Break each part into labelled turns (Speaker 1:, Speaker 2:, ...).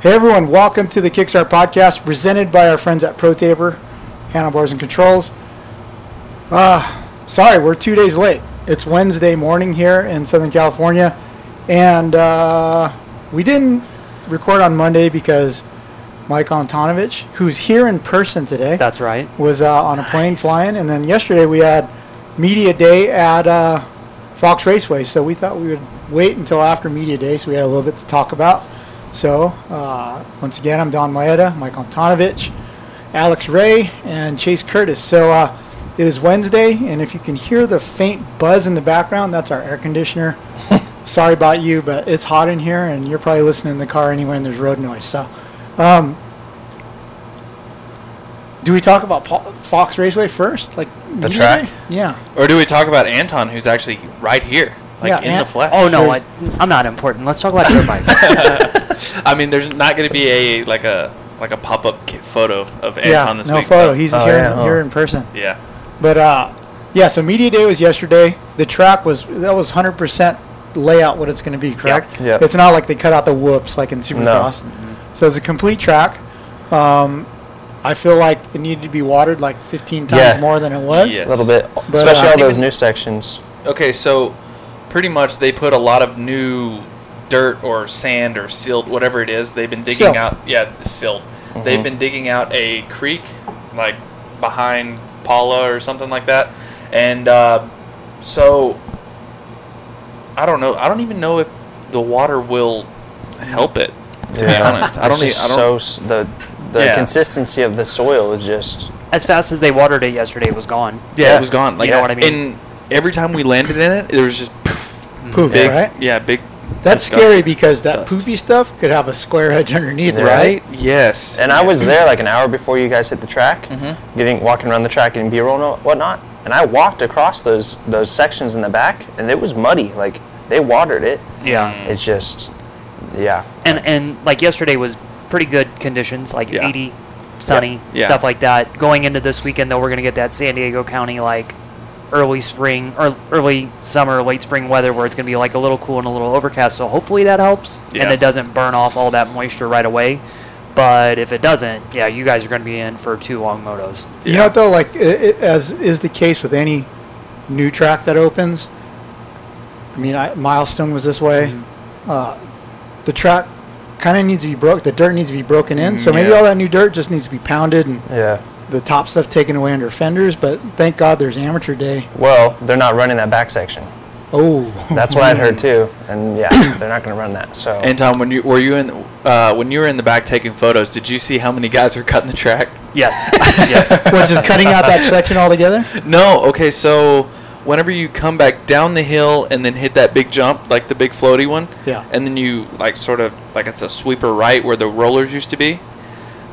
Speaker 1: Hey everyone, welcome to the Kickstart Podcast presented by our friends at ProTaper, Handlebars and Controls. Uh, sorry, we're two days late. It's Wednesday morning here in Southern California, and uh, we didn't record on Monday because Mike Antonovich, who's here in person today,
Speaker 2: That's right.
Speaker 1: was uh, on a plane flying, and then yesterday we had media day at uh, Fox Raceway. So we thought we would wait until after media day, so we had a little bit to talk about. So uh, once again, I'm Don Maeda, Mike Antonovich, Alex Ray, and Chase Curtis. So uh, it is Wednesday, and if you can hear the faint buzz in the background, that's our air conditioner. Sorry about you, but it's hot in here, and you're probably listening in the car anyway, and there's road noise. So. um, Do we talk about Po- Fox Raceway first? Like media
Speaker 3: track?
Speaker 1: day? Yeah.
Speaker 3: Or do we talk about Anton, who's actually right here, like
Speaker 1: Yeah,
Speaker 3: in
Speaker 1: Ant-
Speaker 3: the flesh?
Speaker 2: Oh no, I,
Speaker 1: There's-
Speaker 2: I'm not important. Let's talk about dirt bikes.
Speaker 3: I mean, there's not going to be a like a like a pop up photo of Anton
Speaker 1: yeah.
Speaker 3: this
Speaker 1: no
Speaker 3: week.
Speaker 1: photo.
Speaker 3: so-
Speaker 1: He's
Speaker 4: Oh,
Speaker 1: here,
Speaker 4: yeah,
Speaker 1: here
Speaker 4: oh.
Speaker 1: in person.
Speaker 3: yeah,
Speaker 1: But uh, yeah. So media day was yesterday. The track was that was 100 percent layout what it's going to be. Correct.
Speaker 4: Yeah.
Speaker 1: It's not like they cut out the whoops like in Supercross. So it's a complete track. Um, I feel like it needed to be watered like 15 times
Speaker 4: Yeah.
Speaker 1: more than it was.
Speaker 3: Yes.
Speaker 4: A little bit,
Speaker 1: But,
Speaker 4: especially
Speaker 1: uh,
Speaker 4: all those new sections.
Speaker 3: okay. So pretty much they put a lot of new dirt or sand or silt, whatever it is. They've been digging
Speaker 1: Silt.
Speaker 3: out. Yeah, silt. They've been digging out a creek, like behind Paula or something like that, and uh, so I don't know. I don't even know if the water will help it. To be honest, I don't.
Speaker 4: It's
Speaker 3: e-
Speaker 4: just
Speaker 3: I don't
Speaker 4: so s- the the
Speaker 3: Yeah.
Speaker 4: consistency of the soil is just
Speaker 2: as fast as they watered it yesterday, it was gone.
Speaker 3: Yeah,
Speaker 4: Yeah.
Speaker 3: it was gone.
Speaker 2: You
Speaker 3: Like
Speaker 2: know what I mean?
Speaker 3: And every time we landed in it, it was just poof,
Speaker 1: Poof,
Speaker 3: big.
Speaker 1: right?
Speaker 3: Yeah, big.
Speaker 1: That's
Speaker 3: disgusting
Speaker 1: scary because that
Speaker 3: dust.
Speaker 1: poofy stuff could have a square edge underneath,
Speaker 4: Yeah.
Speaker 1: right?
Speaker 3: right? Yes.
Speaker 4: And I was there like an hour before you guys hit the track,
Speaker 3: Mm-hmm.
Speaker 4: getting walking around the track and B-roll and whatnot. And I walked across those those sections in the back, and it was muddy. Like they watered it.
Speaker 2: Yeah.
Speaker 4: It's just, yeah,
Speaker 2: And and like yesterday was pretty good conditions, like
Speaker 3: Yeah.
Speaker 2: 80, sunny,
Speaker 3: Yeah.
Speaker 2: stuff like that. Going into this weekend though, we're gonna get that San Diego County like early spring or early summer, late spring weather where it's gonna be like a little cool and a little overcast. So hopefully that helps and
Speaker 3: Yeah.
Speaker 2: it doesn't burn off all that moisture right away. But if it doesn't, yeah, you guys are gonna be in for two long motos.
Speaker 1: You know what though, like i i as is the case with any new track that opens. I mean, I, Milestone was this way.
Speaker 3: Mm-hmm.
Speaker 1: Uh, the track kind of needs to be broke. The dirt needs to be broken in. So maybe
Speaker 3: Mm, yeah.
Speaker 1: all that new dirt just needs to be pounded and
Speaker 4: yeah.
Speaker 1: the top stuff taken away under fenders. But thank God there's amateur day.
Speaker 4: Well, they're not running that back section.
Speaker 1: Oh,
Speaker 4: That's what I'd heard too. And yeah, they're not going to run that. So
Speaker 3: Anton, when you were you in uh, when you were in the back taking photos, did you see how many guys were cutting the track?
Speaker 2: Yes. yes.
Speaker 1: what just cutting out that section altogether.
Speaker 3: No. Okay, so whenever you come back down the hill and then hit that big jump, like the big floaty one,
Speaker 1: Yeah.
Speaker 3: and then you like sort of like it's a sweeper right where the rollers used to be.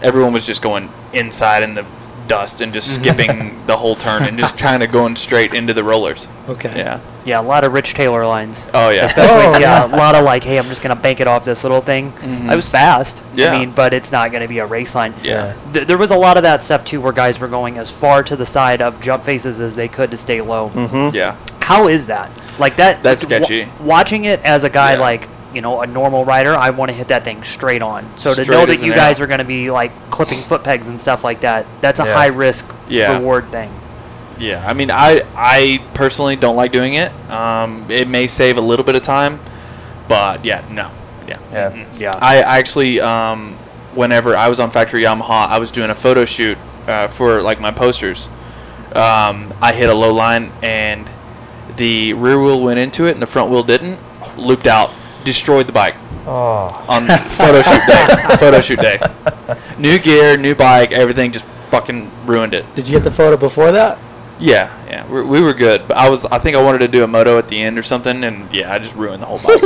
Speaker 3: Everyone was just going inside in the dust and just skipping the whole turn and just kind of going straight into the rollers.
Speaker 1: Okay.
Speaker 3: Yeah.
Speaker 2: Yeah, a lot of Rich Taylor lines.
Speaker 3: Oh yeah.
Speaker 2: Especially, yeah, a lot of like, hey, I'm just gonna bank it off this little thing. I was fast.
Speaker 3: Mm-hmm. Yeah.
Speaker 2: I mean, but it's not gonna be a race line.
Speaker 3: Yeah.
Speaker 2: Th- there was a lot of that stuff too, where guys were going as far to the side of jump faces as they could to stay low.
Speaker 4: Mm-hmm.
Speaker 3: Yeah.
Speaker 2: How is that? Like that?
Speaker 3: Hmm. That's
Speaker 2: wa-
Speaker 3: sketchy.
Speaker 2: watching it as a guy,
Speaker 3: Yeah.
Speaker 2: like you know, a normal rider, I want to hit that thing straight on. So to
Speaker 3: Straight
Speaker 2: know that
Speaker 3: as
Speaker 2: you
Speaker 3: an
Speaker 2: guys
Speaker 3: arrow.
Speaker 2: are gonna be like clipping foot pegs and stuff like that, that's a
Speaker 4: Yeah.
Speaker 2: high risk
Speaker 3: Yeah.
Speaker 2: reward thing.
Speaker 3: Yeah. I mean, I I personally don't like doing it. Um, it may save a little bit of time, but yeah, no. Yeah.
Speaker 4: Yeah.
Speaker 3: Mm-mm.
Speaker 2: Yeah.
Speaker 3: I actually, um, whenever I was on Factory Yamaha, I was doing a photo shoot uh, for like my posters. Um, I hit a low line and the rear wheel went into it and the front wheel didn't. Looped out, destroyed the bike.
Speaker 4: oh,
Speaker 3: on photo shoot day. photo shoot day. New gear, new bike, everything just fucking ruined it.
Speaker 1: Did you get the photo before that?
Speaker 3: Yeah, yeah, we we were good, but I was I think I wanted to do a moto at the end or something, and yeah, I just ruined the whole bike.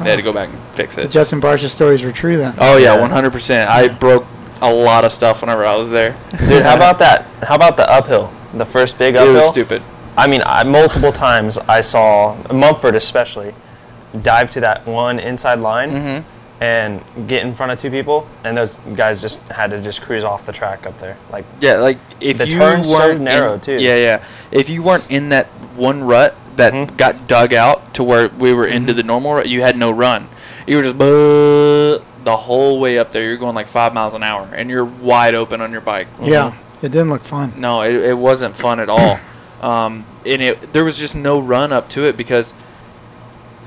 Speaker 3: I had to go back and fix it.
Speaker 1: Justin Barsha stories were true then.
Speaker 3: Oh yeah,
Speaker 4: Yeah.
Speaker 3: one hundred percent. I broke a lot of stuff whenever I was there.
Speaker 4: Dude, how about that? How about the uphill? The first big
Speaker 3: it
Speaker 4: uphill.
Speaker 3: was stupid.
Speaker 4: I mean, I, multiple times I saw Mumford especially dive to that one inside line and get in front of two people, and those guys just had to just cruise off the track up there. Like,
Speaker 3: Yeah, like if
Speaker 4: The
Speaker 3: you
Speaker 4: turn's so
Speaker 3: weren't in-
Speaker 4: narrow, too.
Speaker 3: Yeah, yeah. If you weren't in that one rut that
Speaker 4: Mm-hmm.
Speaker 3: got dug out to where we were into the normal rut, you had no run. You were just buh, the whole way up there. You're going like five miles an hour, and you're wide open on your bike.
Speaker 1: Yeah, it didn't look fun.
Speaker 3: No, it, it wasn't fun at all. um, and it there was just no run up to it because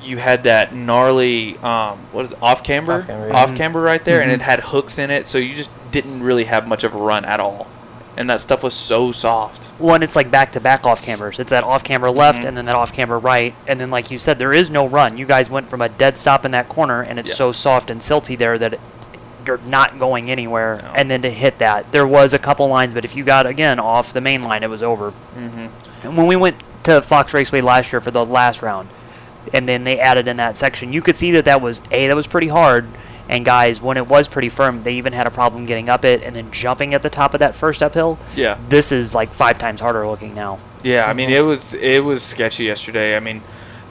Speaker 3: you had that gnarly um, what is it, off camber
Speaker 4: Off camber, yeah. Mm-hmm.
Speaker 3: off camber right there, and it had hooks in it, so you just didn't really have much of a run at all. And that stuff was so soft.
Speaker 2: One, it's like back to back off cambers. It's that off camber left and then that off camber right. And then, like you said, there is no run. You guys went from a dead stop in that corner, and it's
Speaker 3: Yeah.
Speaker 2: so soft and silty there that it, you're not going anywhere.
Speaker 3: No.
Speaker 2: And then to hit that, there was a couple lines, but if you got, again, off the main line, it was over.
Speaker 3: Mm-hmm.
Speaker 2: And when we went to Fox Raceway last year for the last round, and then they added in that section, you could see that that was a that was pretty hard. And guys, when it was pretty firm, they even had a problem getting up it and then jumping at the top of that first uphill.
Speaker 3: Yeah.
Speaker 2: This is like five times harder looking now.
Speaker 3: Yeah, I mean it was it was sketchy yesterday. I mean,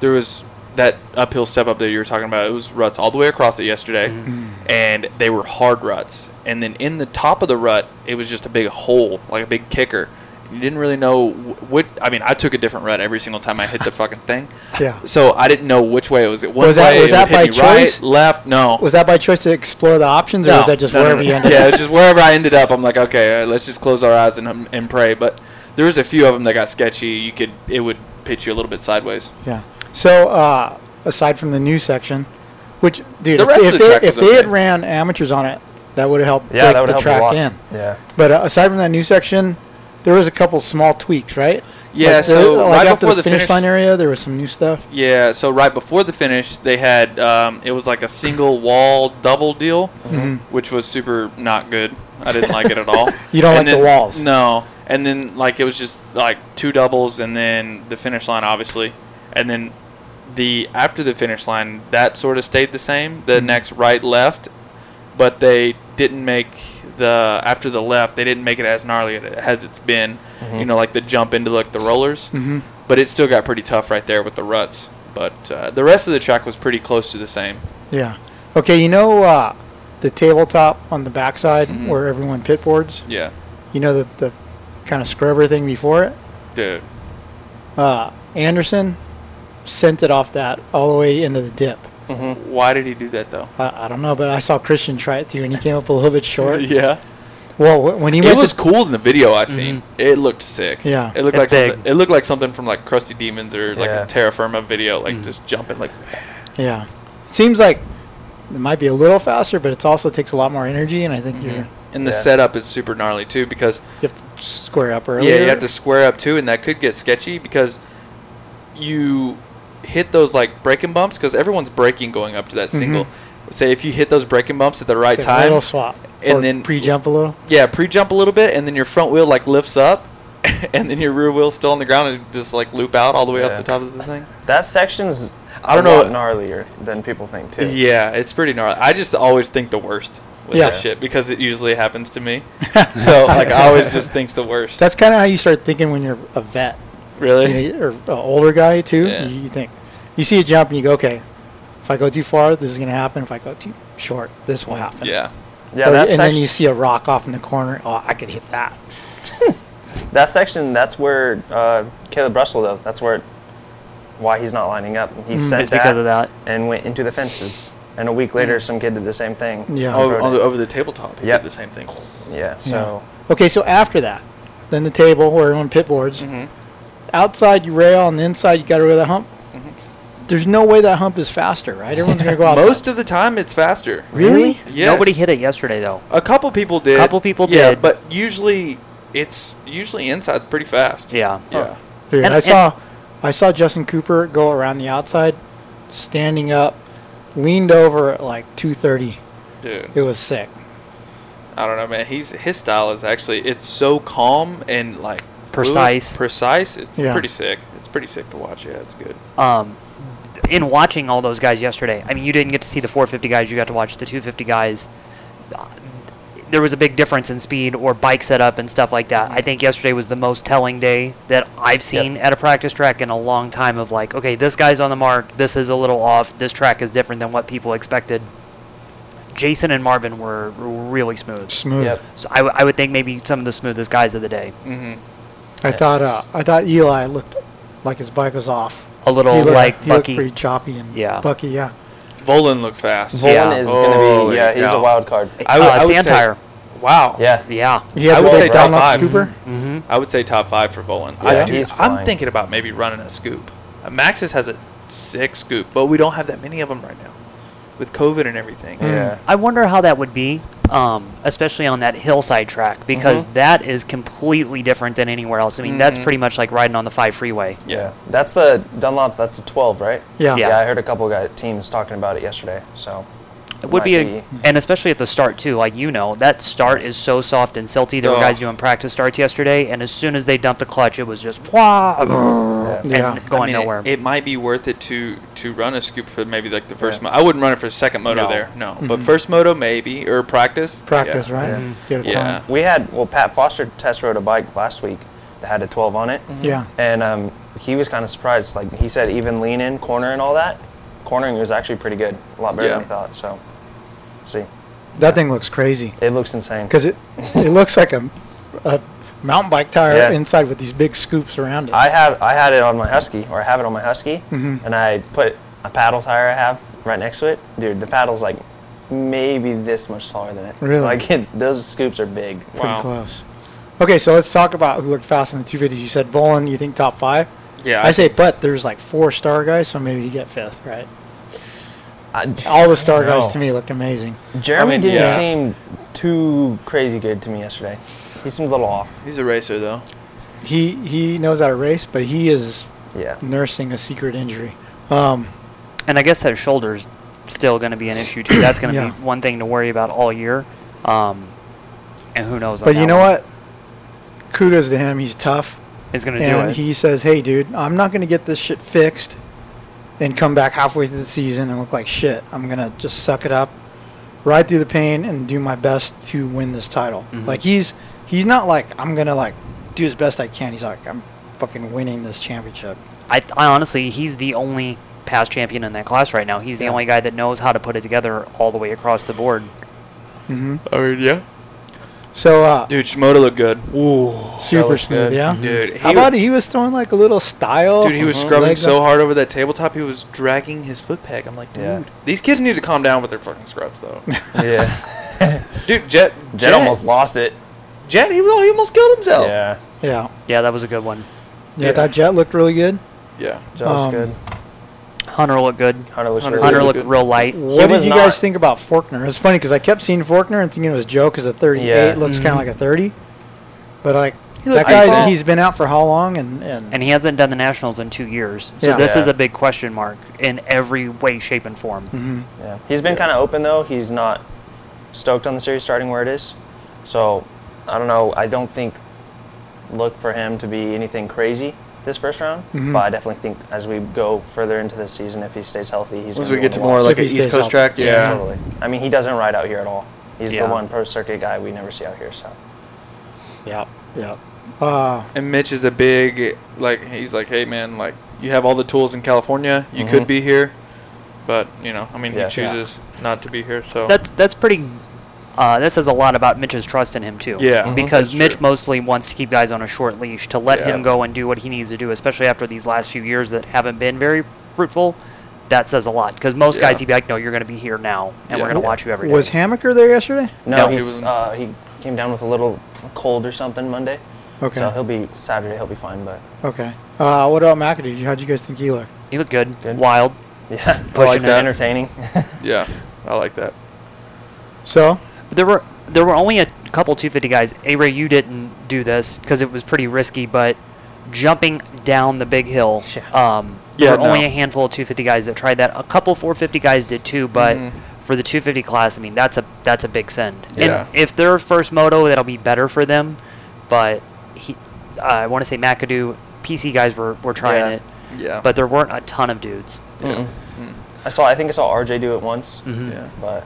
Speaker 3: there was that uphill step up there you were talking about. It was ruts all the way across it yesterday,
Speaker 1: Mm-hmm.
Speaker 3: and they were hard ruts. And then in the top of the rut, it was just a big hole, like a big kicker. You didn't really know wh- what. I mean, I took a different rut every single time I hit the fucking thing,
Speaker 1: Yeah.
Speaker 3: so I didn't know which way it was. It
Speaker 1: Was that- was that by choice?
Speaker 3: Right, left? No.
Speaker 1: Was that by choice to explore the options, or was that just
Speaker 3: no, no,
Speaker 1: wherever
Speaker 3: no.
Speaker 1: you ended
Speaker 3: Yeah,
Speaker 1: up?
Speaker 3: it's just wherever I ended up. I'm like, okay, all right, let's just close our eyes and um, and pray. But there was a few of them that got sketchy. You could it would pitch you a little bit sideways.
Speaker 1: Yeah. So uh, aside from the new section, which dude,
Speaker 3: The
Speaker 1: if,
Speaker 3: rest
Speaker 1: if
Speaker 3: of the
Speaker 1: they,
Speaker 3: track
Speaker 1: if
Speaker 3: was
Speaker 1: they had
Speaker 3: okay.
Speaker 1: ran amateurs on it, that would have helped
Speaker 4: yeah, that
Speaker 1: break
Speaker 4: would
Speaker 1: the
Speaker 4: help
Speaker 1: track
Speaker 4: a lot.
Speaker 1: in.
Speaker 4: Yeah.
Speaker 1: But uh, aside from that new section, there was a couple small tweaks, right?
Speaker 3: Yeah,
Speaker 1: Like, there-
Speaker 3: so
Speaker 1: like
Speaker 3: right
Speaker 1: after
Speaker 3: before
Speaker 1: the
Speaker 3: the
Speaker 1: finish,
Speaker 3: finish-
Speaker 1: line area, there was some new stuff.
Speaker 3: Yeah, so right before the finish, they had um, it was like a single wall double deal, which was super not good. I didn't like it at all.
Speaker 1: Mm-hmm. You don't
Speaker 3: And
Speaker 1: like the
Speaker 3: then-
Speaker 1: walls.
Speaker 3: No, and then like it was just like two doubles, and then the finish line obviously, and then the after the finish line that sort of stayed the same. The
Speaker 1: Mm-hmm.
Speaker 3: next right left, but they didn't make the after the left. They didn't make it as gnarly it- as it's been.
Speaker 1: Mm-hmm.
Speaker 3: You know, like the jump into like the rollers. Mm-hmm. But it still got pretty tough right there with the ruts. But uh, the rest of the track was pretty close to the same.
Speaker 1: Yeah. Okay, you know uh, the tabletop on the backside
Speaker 3: Mm-hmm.
Speaker 1: where everyone pit boards.
Speaker 3: Yeah,
Speaker 1: You know the the kind of scrubber thing before it.
Speaker 3: dude.
Speaker 1: Uh, Anderson sent it off that all the way into the dip.
Speaker 3: Why did he do that though?
Speaker 1: I, I don't know, but I saw Christian try it too, and he came up a little bit short.
Speaker 3: Yeah,
Speaker 1: Well, wh- when he
Speaker 3: it
Speaker 1: went
Speaker 3: was
Speaker 1: to
Speaker 3: cool in the video I seen. It looked sick.
Speaker 1: Yeah.
Speaker 3: it looked
Speaker 2: It's
Speaker 3: like something,
Speaker 2: big.
Speaker 3: it looked like something from like Krusty Demons or like
Speaker 4: Yeah.
Speaker 3: a Terra Firma video, like just jumping like.
Speaker 1: yeah, it seems like it might be a little faster, but it also takes a lot more energy, and I
Speaker 3: Mm-hmm.
Speaker 1: think you're, you
Speaker 3: And the
Speaker 4: Yeah.
Speaker 3: setup is super gnarly too because
Speaker 1: have to square up earlier.
Speaker 3: Yeah, you have to square up too, and that could get sketchy because you hit those like braking bumps because everyone's braking going up to that single. Say if you hit those braking bumps at the right
Speaker 1: Mm-hmm. Okay,
Speaker 3: time,
Speaker 1: little swap,
Speaker 3: and
Speaker 1: or
Speaker 3: then-
Speaker 1: pre-jump a little.
Speaker 3: yeah, pre-jump a little bit, and then your front wheel like lifts up, and then your rear wheel's still on the ground and just like loop out all the way
Speaker 4: Yeah.
Speaker 3: up the top of the thing.
Speaker 4: That section's
Speaker 3: I
Speaker 4: I
Speaker 3: don't
Speaker 4: don't
Speaker 3: know-
Speaker 4: lot gnarlier than people think too.
Speaker 3: Yeah, it's pretty gnarly. I just always think the worst with
Speaker 1: Yeah.
Speaker 3: that shit because it usually happens to me. so like I always just think the worst.
Speaker 1: That's kind of how you start thinking when you're a vet,
Speaker 3: really
Speaker 1: you know, or an older guy too.
Speaker 3: Yeah.
Speaker 1: You, you think you see a jump and you go, okay, if I go too far, this is gonna happen. If I go too short, this will happen.
Speaker 3: yeah.
Speaker 4: Yeah,
Speaker 1: Or-
Speaker 4: that
Speaker 1: Oh, and
Speaker 4: section,
Speaker 1: then you see a rock off in the corner. Oh, I could hit that.
Speaker 4: that section, that's where uh, Caleb Russell though. That's where why he's not lining up. He sent
Speaker 2: Mm, It's because of that. Mm.
Speaker 4: and went into the fences. And a week later, some kid did the same thing.
Speaker 1: Yeah.
Speaker 4: And
Speaker 2: Oh,
Speaker 3: Over,
Speaker 4: rode
Speaker 3: on the,
Speaker 4: it.
Speaker 3: over the tabletop, he
Speaker 4: Yep.
Speaker 3: did the same thing.
Speaker 4: yeah. So
Speaker 1: Okay, so after that, then the table where everyone pit boards.
Speaker 2: Mm-hmm.
Speaker 1: Outside you rail, and the inside you got to go to the hump.
Speaker 2: Mm-hmm.
Speaker 1: There's no way that hump is faster, right? Everyone's gonna go outside.
Speaker 3: Most of the time, it's faster.
Speaker 1: really?
Speaker 3: Yes.
Speaker 2: Nobody hit it yesterday though.
Speaker 3: A couple people did.
Speaker 2: Couple people
Speaker 3: yeah,
Speaker 2: did.
Speaker 3: but usually it's usually inside's pretty fast.
Speaker 2: Yeah.
Speaker 3: Yeah.
Speaker 1: Dude,
Speaker 2: And-
Speaker 1: I
Speaker 2: and-
Speaker 1: saw, I saw Justin Cooper go around the outside, standing up, leaned over at like 2:30.
Speaker 3: Dude,
Speaker 1: It was sick.
Speaker 3: I don't know, man. He's his style is actually it's so calm and like fluid,
Speaker 2: Precise.
Speaker 3: precise. It's
Speaker 1: Yeah.
Speaker 3: pretty sick. It's pretty sick to watch. Yeah, it's good.
Speaker 2: Um, in watching all those guys yesterday, I mean, you didn't get to see the 450 guys. You got to watch the 250 guys. Uh, There was a big difference in speed or bike setup and stuff like that. I think yesterday was the most telling day that I've seen at a practice track in a long time. Of like, okay, this guy's on the mark. This is a little off. This track is different than what people expected. Jason and Marvin were were really smooth.
Speaker 1: Smooth.
Speaker 4: Yep.
Speaker 2: So I, w- I would think maybe some of the smoothest guys of the day.
Speaker 1: I thought uh, I thought Eli looked like his bike was off.
Speaker 2: A little
Speaker 1: he looked,
Speaker 2: like
Speaker 1: he
Speaker 2: Bucky.
Speaker 1: looked pretty choppy and
Speaker 2: Yeah.
Speaker 1: Bucky. Yeah,
Speaker 3: Volan looked fast.
Speaker 4: Volan
Speaker 2: Yeah.
Speaker 4: is
Speaker 3: Oh,
Speaker 4: going to be, yeah, he's
Speaker 3: yeah.
Speaker 4: a wild card.
Speaker 2: I Mm.
Speaker 4: would-
Speaker 2: uh,
Speaker 4: would say-
Speaker 2: Santire.
Speaker 3: Wow.
Speaker 4: yeah.
Speaker 2: yeah.
Speaker 1: he had
Speaker 3: I
Speaker 1: the
Speaker 3: would
Speaker 1: big
Speaker 3: say top
Speaker 1: download
Speaker 3: five.
Speaker 1: scooper.
Speaker 3: I would say top five for Volan.
Speaker 4: Yeah,
Speaker 3: I,
Speaker 4: he's
Speaker 3: I'm
Speaker 4: fine.
Speaker 3: thinking about maybe running a scoop. Uh, Maxis has a sick scoop, but we don't have that many of them right now with COVID and everything.
Speaker 4: Yeah.
Speaker 2: I wonder how that would be, um, especially on that hillside track, because
Speaker 1: Mm-hmm.
Speaker 2: that is completely different than anywhere else. I mean, that's pretty much like riding on the five freeway.
Speaker 4: Yeah. That's the Dunlops, that's the 12, right?
Speaker 1: Yeah.
Speaker 4: Yeah,
Speaker 2: Yeah.
Speaker 4: I heard a couple guy teams talking about it yesterday, so.
Speaker 2: It would
Speaker 4: might
Speaker 2: be, a, and especially at the start too. Like you know, that start is so soft and silty. There were
Speaker 3: Oh.
Speaker 2: guys doing practice starts yesterday, and as soon as they dumped the clutch, it was just wah,
Speaker 4: yeah.
Speaker 2: and
Speaker 1: Yeah.
Speaker 2: going
Speaker 3: I mean, it-
Speaker 2: nowhere.
Speaker 3: It, might be worth it to to run a scoop for maybe like the first.
Speaker 4: Yeah.
Speaker 3: Mo- I wouldn't run it for second moto
Speaker 2: No.
Speaker 3: there, no. But first moto maybe or practice.
Speaker 1: Practice
Speaker 3: yeah.
Speaker 1: right.
Speaker 4: Yeah.
Speaker 1: Get a
Speaker 3: Yeah.
Speaker 1: time.
Speaker 4: We had, well, Pat Foster test rode a bike last week that had a 12 on it.
Speaker 1: Yeah.
Speaker 4: And um, he was kind of surprised. Like he said, even lean in, corner, and all that, cornering was actually pretty good. A lot better than
Speaker 3: Yeah.
Speaker 4: we thought. So, see,
Speaker 1: That thing looks crazy
Speaker 4: it looks insane.
Speaker 1: because it it looks like a, a mountain bike tire
Speaker 4: Yeah.
Speaker 1: inside with these big scoops around it.
Speaker 4: I have I had it on my Husky, or I have it on my Husky, and I put a paddle tire I have right next to it. Dude, the paddle's like maybe this much taller than it.
Speaker 1: Really?
Speaker 4: Like it's, those scoops are big.
Speaker 1: pretty
Speaker 3: Wow.
Speaker 1: close. Okay, so let's talk about who looked fast in the 250s. You said Volan, you think top five?
Speaker 3: Yeah,
Speaker 1: I,
Speaker 3: I
Speaker 1: say, but there's like four star guys, so maybe you get fifth, right?
Speaker 4: I,
Speaker 1: All the star
Speaker 4: No.
Speaker 1: guys to me looked amazing.
Speaker 4: Uh, Jeremy
Speaker 3: I mean,
Speaker 4: didn't
Speaker 3: yeah.
Speaker 4: seem too crazy good to me yesterday. He seemed a little off.
Speaker 3: He's a racer though.
Speaker 1: He he knows how to race, but he is
Speaker 4: Yeah.
Speaker 1: nursing a secret injury.
Speaker 2: And I guess that shoulder's still going to be an issue too. That's going to
Speaker 1: Yeah.
Speaker 2: be one thing to worry about all year. Um, and who knows? on
Speaker 1: But
Speaker 2: that
Speaker 1: you know
Speaker 2: one.
Speaker 1: what? Kudos to him. He's tough,
Speaker 2: It's going to do
Speaker 1: and
Speaker 2: it.
Speaker 1: he says, "Hey, dude, I'm not gonna get this shit fixed, and come back halfway through the season and look like shit. I'm gonna just suck it up, ride through the pain, and do my best to win this title."
Speaker 3: Mm-hmm.
Speaker 1: Like he's he's not like I'm gonna like do as best I can. He's like I'm fucking winning this championship.
Speaker 2: I, I honestly, he's the only past champion in that class right now. He's the
Speaker 1: Yeah.
Speaker 2: only guy that knows how to put it together all the way across the board.
Speaker 3: I mean, yeah.
Speaker 1: So uh,
Speaker 3: Mm-hmm. Dude, Shimoda looked good.
Speaker 4: that
Speaker 1: super
Speaker 4: looks
Speaker 1: smooth,
Speaker 4: good.
Speaker 1: yeah.
Speaker 3: Dude, he
Speaker 1: How about he was throwing like a little style?
Speaker 3: Dude, he was
Speaker 1: Mhm.
Speaker 3: scrubbing
Speaker 1: Legs
Speaker 3: so
Speaker 1: up.
Speaker 3: hard over that tabletop, he was dragging his foot peg. I'm like, dude,
Speaker 4: Yeah.
Speaker 3: these kids need to calm down with their fucking scrubs, though.
Speaker 4: Yeah.
Speaker 3: dude, Jet, Jet,
Speaker 4: Jed almost lost it.
Speaker 3: Jet, he, was- he almost killed himself.
Speaker 4: Yeah.
Speaker 1: Yeah.
Speaker 2: Yeah, that was a good one.
Speaker 1: yeah,
Speaker 3: Yeah.
Speaker 1: That jet looked really good.
Speaker 3: yeah.
Speaker 4: Jed looks
Speaker 1: Um,
Speaker 4: good.
Speaker 2: Hunter looked good.
Speaker 4: Hunter looks
Speaker 3: Hunter
Speaker 4: really
Speaker 2: Hunter
Speaker 4: good.
Speaker 2: looked
Speaker 3: good.
Speaker 2: real light.
Speaker 1: What did
Speaker 4: was
Speaker 1: you
Speaker 4: not-
Speaker 1: guys think about Forkner? It's funny because I kept seeing Forkner and thinking it was Joe because the 38
Speaker 4: Yeah.
Speaker 1: looks kind of like a 30, but like
Speaker 3: He
Speaker 1: that
Speaker 3: looked
Speaker 1: guy,
Speaker 3: decent.
Speaker 1: he's been out for how long? And and,
Speaker 2: And he hasn't done the nationals in two years. So
Speaker 1: Yeah.
Speaker 2: this is
Speaker 4: Yeah.
Speaker 2: a big question mark in every way, shape, and form.
Speaker 4: Yeah. He's been kind of open though. He's not stoked on the series starting where it is. So I don't know. I don't think look for him to be anything crazy this first round.
Speaker 3: Mm-hmm.
Speaker 4: But I definitely think as we go further into this season, if he stays healthy, he's
Speaker 3: Once
Speaker 4: gonna
Speaker 3: we
Speaker 4: be
Speaker 3: get to
Speaker 4: able
Speaker 3: more
Speaker 4: watch.
Speaker 3: like an
Speaker 1: If he
Speaker 3: East
Speaker 1: stays
Speaker 3: Coast
Speaker 1: out.
Speaker 3: track, yeah.
Speaker 4: totally. I mean, he doesn't ride out here at all. He's
Speaker 2: Yeah.
Speaker 4: the one pro circuit guy we never see out here. So
Speaker 1: yeah, yeah. Uh,
Speaker 3: And Mitch is a big, like, he's like, hey, man, like, you have all the tools in California. You could be here. But, you know, I mean,
Speaker 4: Yeah.
Speaker 3: he chooses not to be here, so.
Speaker 2: That's that's pretty. Uh, that says a lot about Mitch's trust in him too.
Speaker 3: Yeah, Mhm.
Speaker 2: because
Speaker 3: that's
Speaker 2: Mitch
Speaker 3: true.
Speaker 2: mostly wants to keep guys on a short leash to let
Speaker 3: Yeah.
Speaker 2: him go and do what he needs to do, especially after these last few years that haven't been very fruitful. That says a lot because most
Speaker 3: Yeah.
Speaker 2: guys he'd be like, "No, you're going to be here now, and
Speaker 3: Yeah.
Speaker 2: we're going to watch you every day."
Speaker 1: was Hammaker there yesterday?
Speaker 4: no,
Speaker 3: No, he
Speaker 4: he's
Speaker 3: wasn't.
Speaker 4: uh, he came down with a little cold or something Monday.
Speaker 1: Okay.
Speaker 4: So he'll be Saturday. He'll be fine. But
Speaker 1: Okay. Uh, what about McAdoo? How'd you guys think he looked?
Speaker 2: he looked good,
Speaker 4: Good.
Speaker 2: wild.
Speaker 4: yeah,
Speaker 2: Pushing
Speaker 4: pushing and
Speaker 2: that.
Speaker 4: entertaining.
Speaker 3: yeah, I like that.
Speaker 1: So
Speaker 2: But there were there were only a couple 250 guys. A Ray, you didn't do this because it was pretty risky, but jumping down the big hill. Um, there
Speaker 3: Yeah,
Speaker 2: were only
Speaker 3: no.
Speaker 2: a handful of 250 guys that tried that. A couple 450 guys did too, but
Speaker 3: Mm-hmm.
Speaker 2: for the 250 class, I mean that's a that's a big send.
Speaker 3: Yeah.
Speaker 2: And if their first moto, that'll be better for them. But he, I want to say McAdoo, PC guys were were trying
Speaker 4: Yeah.
Speaker 2: it.
Speaker 3: Yeah.
Speaker 2: But there weren't a ton of dudes.
Speaker 4: Mm-mm. I saw. I think I saw RJ do it once,
Speaker 3: Mm. yeah.
Speaker 4: but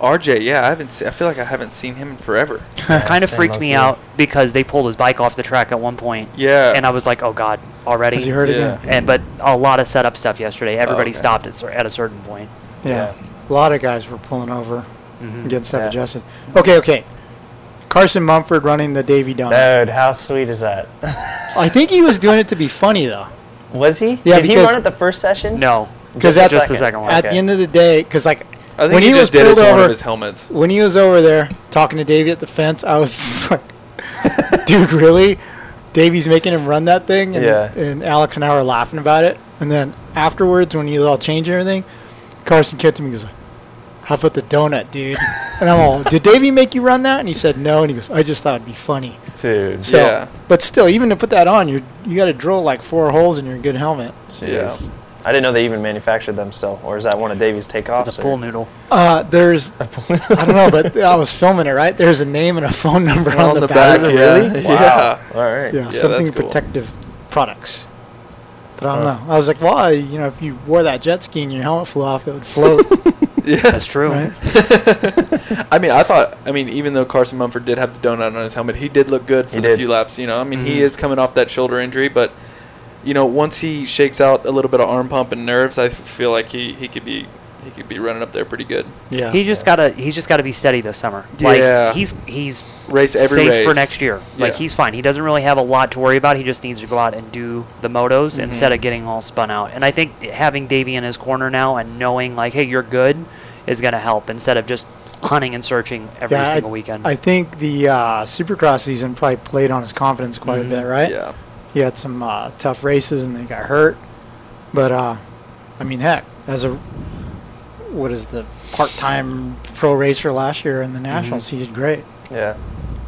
Speaker 3: RJ, yeah, I haven't. Se- I feel like I haven't seen him in forever.
Speaker 2: kind of
Speaker 4: same
Speaker 2: freaked
Speaker 4: up
Speaker 2: me
Speaker 4: here.
Speaker 2: out because they pulled his bike off the track at one point.
Speaker 3: Yeah.
Speaker 2: And I was like, oh god, already.
Speaker 1: Has he heard
Speaker 3: Yeah.
Speaker 1: again?
Speaker 2: And but a lot of setup stuff yesterday. Everybody
Speaker 3: okay.
Speaker 2: stopped at, cer- at a certain point.
Speaker 1: Yeah. A lot of guys were pulling over and getting stuff
Speaker 4: Yeah.
Speaker 1: adjusted. Okay, okay. Carson Mumford running the Davy Dunn.
Speaker 4: dude, how sweet is that?
Speaker 1: I think he was doing it to be funny though.
Speaker 4: Was he?
Speaker 1: Yeah,
Speaker 4: Did he
Speaker 1: because-
Speaker 4: run it the first session?
Speaker 2: No,
Speaker 1: Because that's
Speaker 2: just, just the second one.
Speaker 1: At the
Speaker 4: Okay.
Speaker 1: end of the day, because like
Speaker 3: I think
Speaker 1: when
Speaker 3: he,
Speaker 1: he, was
Speaker 3: just did it
Speaker 1: pulled
Speaker 3: to one
Speaker 1: over,
Speaker 3: of his helmets.
Speaker 1: when he was over there talking to Davy at the fence, I was just like, dude, really? Davy's making him run that thing? And,
Speaker 4: Yeah.
Speaker 1: and Alex and I were laughing about it. And then afterwards, when you all changed everything, Carson came to me and he was like, how about the donut, dude? And I'm all, did Davy make you run that? And he said no. And he goes, I just thought it'd be funny.
Speaker 4: dude.
Speaker 1: So,
Speaker 3: Yeah.
Speaker 1: But still, even to put that on, you you got to drill like four holes in your good helmet.
Speaker 4: Jeez. I didn't know they even manufactured them still, or is that one of Davy's takeoffs?
Speaker 2: It's a
Speaker 4: or-
Speaker 2: pool noodle.
Speaker 1: Uh, there's, I don't know, but I was filming it, right? There's a name and a phone number on, the, back.
Speaker 4: Is it
Speaker 3: yeah.
Speaker 4: really?
Speaker 3: Yeah.
Speaker 4: All right.
Speaker 1: Yeah,
Speaker 3: Yeah,
Speaker 1: something
Speaker 3: that's cool.
Speaker 1: protective products. But I don't
Speaker 4: Huh.
Speaker 1: know. I was like, well, you know, if you wore that jet ski and your helmet flew off, it would float,
Speaker 3: Yeah.
Speaker 2: That's true.
Speaker 1: right?
Speaker 3: I mean, I thought. I mean, even though Carson Mumford did have the donut on his helmet, he did look good for
Speaker 4: He
Speaker 3: the
Speaker 4: did.
Speaker 3: few laps. You know, I mean,
Speaker 2: Mm-hmm.
Speaker 3: he is coming off that shoulder injury, but you know, once he shakes out a little bit of arm pump and nerves, I feel like he, he could be he could be running up there pretty good.
Speaker 1: Yeah.
Speaker 2: He just gotta he's just gotta be steady this summer.
Speaker 3: Yeah.
Speaker 2: Like he's he's
Speaker 3: Race every
Speaker 2: safe
Speaker 3: race
Speaker 2: for next year. Like
Speaker 3: Yeah.
Speaker 2: he's fine. He doesn't really have a lot to worry about. He just needs to go out and do the motos instead of getting all spun out. And I think having Davey in his corner now and knowing like, hey, you're good, is gonna help instead of just hunting and searching every
Speaker 1: yeah, I-
Speaker 2: single weekend.
Speaker 1: I think the uh, Supercross season probably played on his confidence quite a bit, right?
Speaker 3: Yeah,
Speaker 1: He had some uh, tough races and they got hurt. But, uh, I mean, heck, as a, what is the part time pro racer last year
Speaker 3: Mm-hmm.
Speaker 1: in the Nationals, he did great.
Speaker 4: Yeah.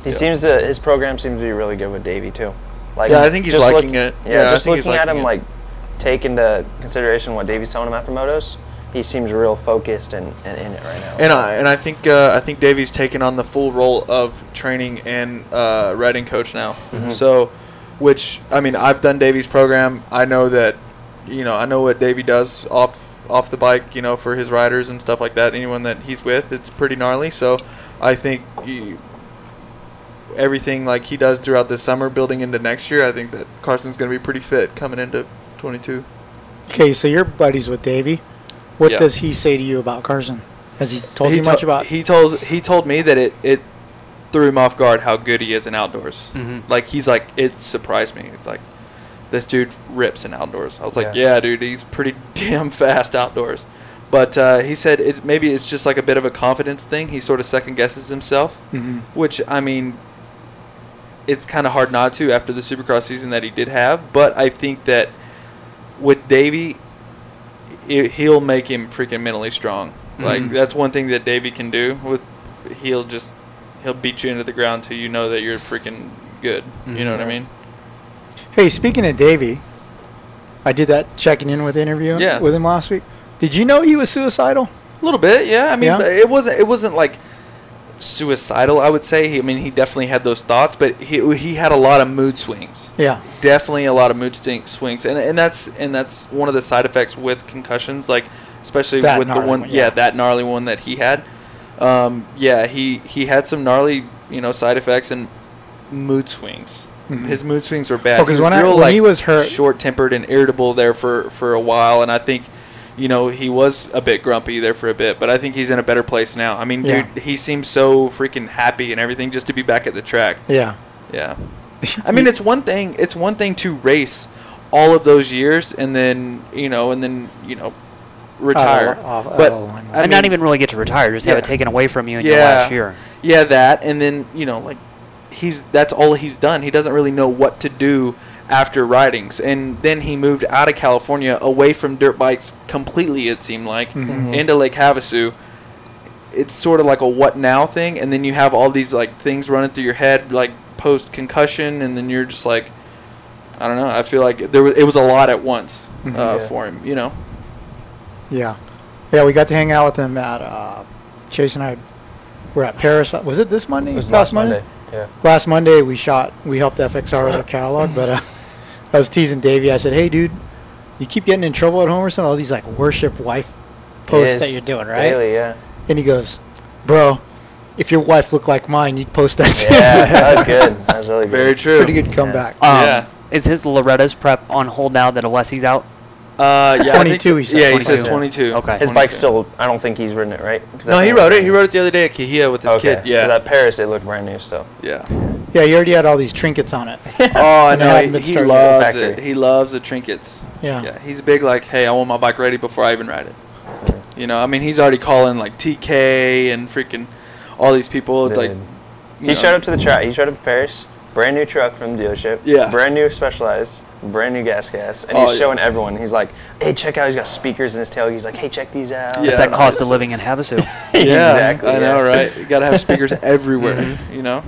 Speaker 4: He
Speaker 3: Yeah.
Speaker 4: seems to his program seems to be really good with Davey too. Like
Speaker 3: Yeah, I think he's
Speaker 4: just
Speaker 3: liking it.
Speaker 4: Yeah,
Speaker 3: Yeah, I
Speaker 4: just
Speaker 3: think he's
Speaker 4: looking at
Speaker 3: liking
Speaker 4: him
Speaker 3: it.
Speaker 4: like take into consideration what Davey's telling him after motos, he seems real focused and, and in it right now.
Speaker 3: and I and I think uh, I think Davey's taken on the full role of training and uh, riding coach now. So, which I mean, I've done Davey's program. I know that, you know, I know what Davey does off off the bike. You know, for his riders and stuff like that. Anyone that he's with, it's pretty gnarly. So, I think he, everything like he does throughout this summer, building into next year, I think that Carson's going to be pretty fit coming into 22.
Speaker 1: Okay, so you're buddies with Davey. What
Speaker 3: Yeah.
Speaker 1: does he say to you about Carson? Has he told you
Speaker 3: to-
Speaker 1: much about?
Speaker 3: He told he told me that it it threw him off guard how good he is in outdoors.
Speaker 2: Mhm.
Speaker 3: Like he's like it surprised me. It's like this dude rips in outdoors. I was like, yeah,
Speaker 4: Yeah.
Speaker 3: dude, he's pretty damn fast outdoors. But uh, he said it's maybe it's just like a bit of a confidence thing. He sort of second guesses himself,
Speaker 1: Mhm.
Speaker 3: which I mean, it's kind of hard not to after the Supercross season that he did have. But I think that with Davey, it, he'll make him freaking mentally strong. Like
Speaker 1: Mm-hmm.
Speaker 2: Mhm.
Speaker 3: that's one thing that Davey can do. With he'll just he'll beat you into the ground till you know that you're freaking good. You know what I mean?
Speaker 1: Hey, speaking of Davey, I did that checking in with interview
Speaker 3: Yeah.
Speaker 1: with him last week. Did you know he was suicidal?
Speaker 3: A little bit, yeah. I mean,
Speaker 1: Yeah.
Speaker 3: but it wasn't it wasn't like suicidal. I would say. He, I mean, he definitely had those thoughts, but he he had a lot of mood swings.
Speaker 1: Yeah.
Speaker 3: definitely a lot of mood stink swings, and and that's and that's one of the side effects with concussions, like especially
Speaker 1: That
Speaker 3: with the
Speaker 1: gnarly
Speaker 3: one,
Speaker 1: one,
Speaker 3: yeah.
Speaker 1: yeah.
Speaker 3: that gnarly one that he had. Um, yeah, he he had some gnarly, you know, side effects and mood swings. His mood swings were bad.
Speaker 1: Mm-hmm. Oh, 'cause
Speaker 3: He was
Speaker 1: when I-
Speaker 3: real,
Speaker 1: when he
Speaker 3: like,
Speaker 1: was hurt-
Speaker 3: short tempered and irritable there for for a while, and I think. You know he was a bit grumpy there for a bit, but I think he's in a better place now. I mean,
Speaker 1: Yeah.
Speaker 3: dude, he seems so freaking happy and everything just to be back at the track.
Speaker 1: Yeah.
Speaker 3: Yeah. I mean, it's one thing. It's one thing to race all of those years and then you know and then you know retire.
Speaker 1: off- out
Speaker 3: but
Speaker 1: of the line.
Speaker 3: I
Speaker 2: and not
Speaker 3: mean,
Speaker 2: even really get to retire, just
Speaker 3: Yeah.
Speaker 2: have it taken away from you in your
Speaker 3: Yeah.
Speaker 2: last year.
Speaker 3: yeah that and then you know like he's that's all he's done. He doesn't really know what to do after ridings and then he moved out of California away from dirt bikes completely it seemed like
Speaker 1: Mm-hmm.
Speaker 3: into Lake Havasu it's sort of like a what now thing and then you have all these like things running through your head like post concussion and then you're just like i don't know i feel like there was it was a lot at once
Speaker 1: Mm-hmm.
Speaker 3: uh,
Speaker 4: Yeah.
Speaker 3: for him you know
Speaker 1: Yeah. Yeah, we got to hang out with him at uh, Chase and I were at Paris. Uh, Was it this Monday?
Speaker 4: it was last Monday. Yeah.
Speaker 1: Last Monday we shot. We helped FXR with a catalog, but uh, I was teasing Davey. I said, "Hey, dude, you keep getting in trouble at home or something. All these like worship wife posts
Speaker 4: Yes.
Speaker 1: that you're doing, right?
Speaker 4: Daily, yeah.
Speaker 1: And he goes, "Bro, if your wife looked like mine, you'd post that too."
Speaker 4: Yeah, that was good. That was really good.
Speaker 3: Very true.
Speaker 1: Pretty good comeback.
Speaker 2: Um,
Speaker 3: Yeah.
Speaker 2: Is his Loretta's prep on hold now that Alessi's out?
Speaker 3: Uh, yeah, I think
Speaker 1: 22, he
Speaker 3: so.
Speaker 1: said.
Speaker 3: Yeah, he says
Speaker 2: 22.
Speaker 3: 22.
Speaker 2: Okay.
Speaker 4: His
Speaker 3: 22.
Speaker 4: bike's still. I don't think he's ridden it right. 'Cause
Speaker 3: No,
Speaker 4: that's
Speaker 3: he
Speaker 4: not-
Speaker 3: rode it. He rode it the other day at Kahia with his
Speaker 4: Okay.
Speaker 3: kid. Yeah.
Speaker 4: 'Cause at Paris, it looked brand new still.
Speaker 3: yeah.
Speaker 1: yeah, he already had all these trinkets on it.
Speaker 3: Oh, I
Speaker 1: And they
Speaker 3: know.
Speaker 1: haven't
Speaker 3: He,
Speaker 1: been
Speaker 3: he
Speaker 1: started.
Speaker 3: loves
Speaker 4: Factory.
Speaker 3: it. He loves the trinkets.
Speaker 1: Yeah.
Speaker 3: Yeah. He's big, like, hey, I want my bike ready before I even ride it. You know, I mean, he's already calling, like, TK and freaking all these people. Like,
Speaker 4: Dude.
Speaker 3: you
Speaker 4: He
Speaker 3: know.
Speaker 4: showed up to the track. He showed up to Paris. Brand new truck from the dealership.
Speaker 3: Yeah.
Speaker 4: Brand new Specialized. Brand new gas gas. And
Speaker 3: Oh,
Speaker 4: he's
Speaker 3: yeah.
Speaker 4: showing everyone. He's like, hey, check out. He's got speakers in his tail. He's like, hey, check these out.
Speaker 3: Yeah.
Speaker 2: It's that
Speaker 3: no,
Speaker 2: cost of
Speaker 3: it's-
Speaker 2: living in Havasu.
Speaker 3: Yeah, Mm-hmm.
Speaker 4: exactly,
Speaker 3: I know,
Speaker 4: yeah.
Speaker 3: right? You gotta have speakers everywhere. You know.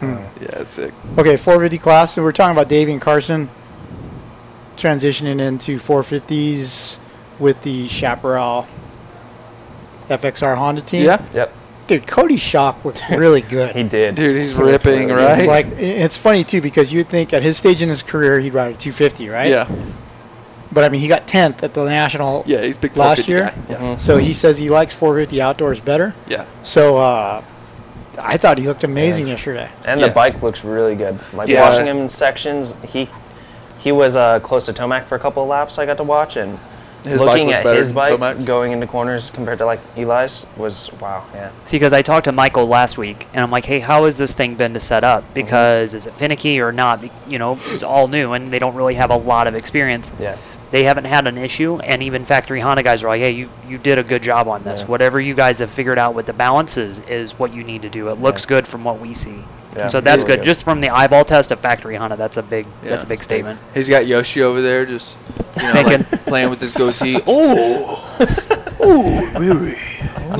Speaker 1: Hmm.
Speaker 3: Yeah, it's sick.
Speaker 1: Okay, 450 class. So we're talking about Davey and Carson transitioning into 450s with the Chaparral FXR Honda team.
Speaker 3: Yeah,
Speaker 4: Yep.
Speaker 1: Dude, Cody Shock looks really good.
Speaker 4: He did.
Speaker 3: dude, he's
Speaker 4: He looked
Speaker 3: ripping,
Speaker 4: really
Speaker 3: right?
Speaker 1: Like, i- it's funny, too, because you'd think at his stage in his career, he'd ride a 250, right?
Speaker 3: yeah,
Speaker 1: But I mean, he got 10th at the National
Speaker 3: yeah, he's big.
Speaker 1: last
Speaker 3: 450
Speaker 1: year. Mm-hmm.
Speaker 3: guy. Yeah,
Speaker 4: Mhm.
Speaker 1: So he says he likes 450 outdoors better.
Speaker 3: yeah.
Speaker 1: So uh, I thought he looked amazing yesterday.
Speaker 4: And
Speaker 3: Yeah.
Speaker 4: the bike looks really good. Like
Speaker 3: Yeah.
Speaker 4: watching him in sections, he he was uh, close to Tomac for a couple of laps. I got to watch and
Speaker 3: His bike
Speaker 4: looking
Speaker 3: was
Speaker 4: at
Speaker 3: better
Speaker 4: his
Speaker 3: than
Speaker 4: bike
Speaker 3: Tomac's.
Speaker 4: going into corners compared to like Eli's was wow. Yeah.
Speaker 2: See, because I talked to Michael last week, and I'm like, "Hey, how has this thing been to set up?
Speaker 3: Mm-hmm.
Speaker 2: Because is it finicky or not? Be- You know, it's all new, and they don't really have a lot of experience.
Speaker 4: Yeah.
Speaker 2: They haven't had an issue, and even factory Honda guys are like, "Hey, you you did a good job on this.
Speaker 4: Yeah.
Speaker 2: Whatever you guys have figured out with the balances is what you need to do. It looks
Speaker 4: Yeah.
Speaker 2: good from what we see.
Speaker 4: Yeah,
Speaker 2: so that's
Speaker 4: really
Speaker 2: good.
Speaker 4: good.
Speaker 2: Just from the eyeball test of factory Honda, that's a big that's a
Speaker 3: Yeah.
Speaker 2: big statement.
Speaker 3: He's got Yoshi over there, just you know,
Speaker 2: Thinking.
Speaker 3: like, playing with his goatee. Oh,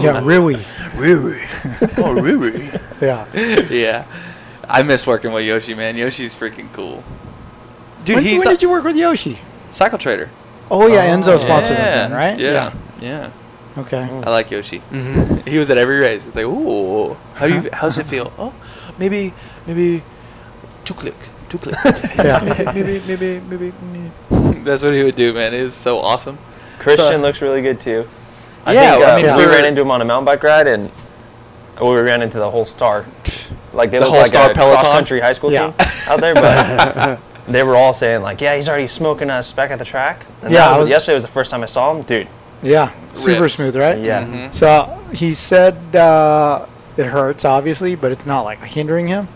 Speaker 1: Yeah, really.
Speaker 3: really? Oh, really?
Speaker 1: Yeah.
Speaker 3: yeah, I miss working with Yoshi, man. Yoshi's freaking cool. Dude,
Speaker 1: when
Speaker 3: he's
Speaker 1: when
Speaker 3: the
Speaker 1: did you work with Yoshi?
Speaker 3: cycle trader.
Speaker 1: Oh yeah, Enzo sponsored
Speaker 3: yeah.
Speaker 1: them, right?
Speaker 3: Yeah. Mm. yeah,
Speaker 1: Yeah. Okay.
Speaker 3: I like Yoshi.
Speaker 1: Mm-hmm.
Speaker 3: he was at every race. It's like, ooh, how you? How's it feel? Oh, maybe, maybe, two click, two click.
Speaker 1: Yeah.
Speaker 3: maybe, maybe, maybe. mm. That's what he would do, man. It is so awesome.
Speaker 4: Christian
Speaker 3: So-
Speaker 4: looks really good too. I
Speaker 3: Yeah,
Speaker 4: think,
Speaker 3: well, I
Speaker 4: uh,
Speaker 3: mean,
Speaker 4: we
Speaker 3: for-
Speaker 4: ran into him on a mountain bike ride, and we ran into the whole star. Like they
Speaker 3: The
Speaker 4: looked
Speaker 3: whole
Speaker 4: like
Speaker 3: star
Speaker 4: a
Speaker 3: peloton?
Speaker 4: cross-country high school
Speaker 1: Yeah.
Speaker 4: team out there, but they were all saying like, "Yeah, he's already smoking us back at the track." And
Speaker 1: Yeah,
Speaker 4: that
Speaker 1: I
Speaker 4: was,
Speaker 1: was-
Speaker 4: yesterday was the first time I saw him, dude.
Speaker 1: yeah. Super
Speaker 3: Rips.
Speaker 1: smooth, right?
Speaker 4: Yeah,
Speaker 3: Mm-hmm.
Speaker 1: So he said uh, it hurts, obviously, but it's not like hindering him.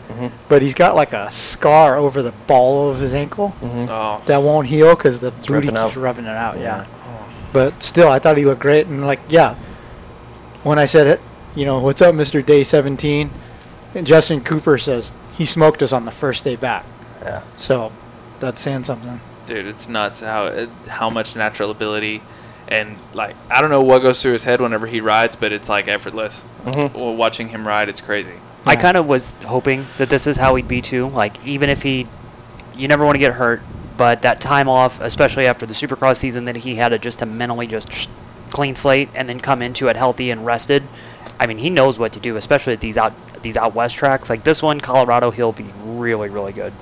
Speaker 1: But he's got like a scar over the ball of his ankle
Speaker 3: Oh,
Speaker 1: that won't heal because the booty
Speaker 4: ripping
Speaker 1: keeps
Speaker 4: out.
Speaker 1: rubbing it out. Yeah. But still, I thought he looked great, and like, yeah. When I said it, you know, what's up, Mister Day Seventeen? And Justin Cooper says he smoked us on the first day back,
Speaker 4: yeah.
Speaker 1: so that's saying something.
Speaker 3: dude, it's nuts how it- how much natural ability and like I don't know what goes through his head whenever he rides, but it's like effortless.
Speaker 4: Mm-hmm.
Speaker 3: Well, Watching him ride, it's crazy.
Speaker 2: I
Speaker 1: Yeah.
Speaker 2: kind of was hoping that this is how he'd be too. Like even if he, you never want to get hurt, but that time off, especially after the Supercross season that he had, it just to mentally just clean slate and then come into it healthy and rested. I mean, he knows what to do, especially at these out these out west tracks. Like this one, Colorado, he'll be really really good.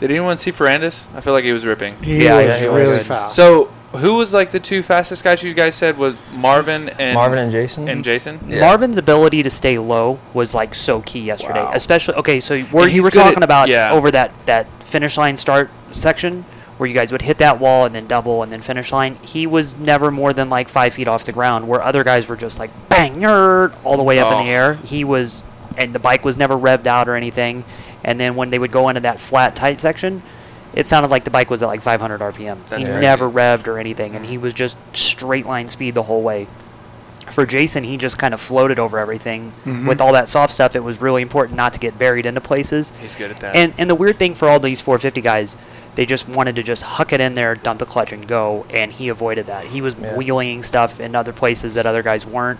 Speaker 3: Did anyone see Ferrandis? I feel like he was ripping.
Speaker 1: He
Speaker 2: Yeah,
Speaker 1: was
Speaker 2: yeah,
Speaker 4: he was
Speaker 1: really
Speaker 4: good.
Speaker 1: fast.
Speaker 3: So who was like the two fastest guys you guys said was Marvin and
Speaker 4: Marvin and Jason.
Speaker 3: and Jason?
Speaker 2: Marvin's ability to stay low was like so key yesterday,
Speaker 4: Wow.
Speaker 2: especially okay. So where you
Speaker 3: he's
Speaker 2: were
Speaker 3: good at-
Speaker 2: talking about
Speaker 3: yeah.
Speaker 2: over that that finish line start section where you guys would hit that wall and then double and then finish line. He was never more than like five feet off the ground, where other guys were just like bang nerd all the way up in the
Speaker 3: Oh.
Speaker 2: air. He was, and the bike was never revved out or anything. And then when they would go into that flat tight section. It sounded like the bike was at like 500 RPM. he
Speaker 3: That's crazy.
Speaker 2: never revved or anything, and he was just straight line speed the whole way for Jason, he just kind of floated over everything. With all that soft stuff, it was really important not to get buried into places.
Speaker 3: He's good at that.
Speaker 2: And and the weird thing for all these 450 guys, they just wanted to just huck it in there, dump the clutch, and go. And he avoided that. He was
Speaker 4: Yeah.
Speaker 2: wheeling stuff in other places that other guys weren't.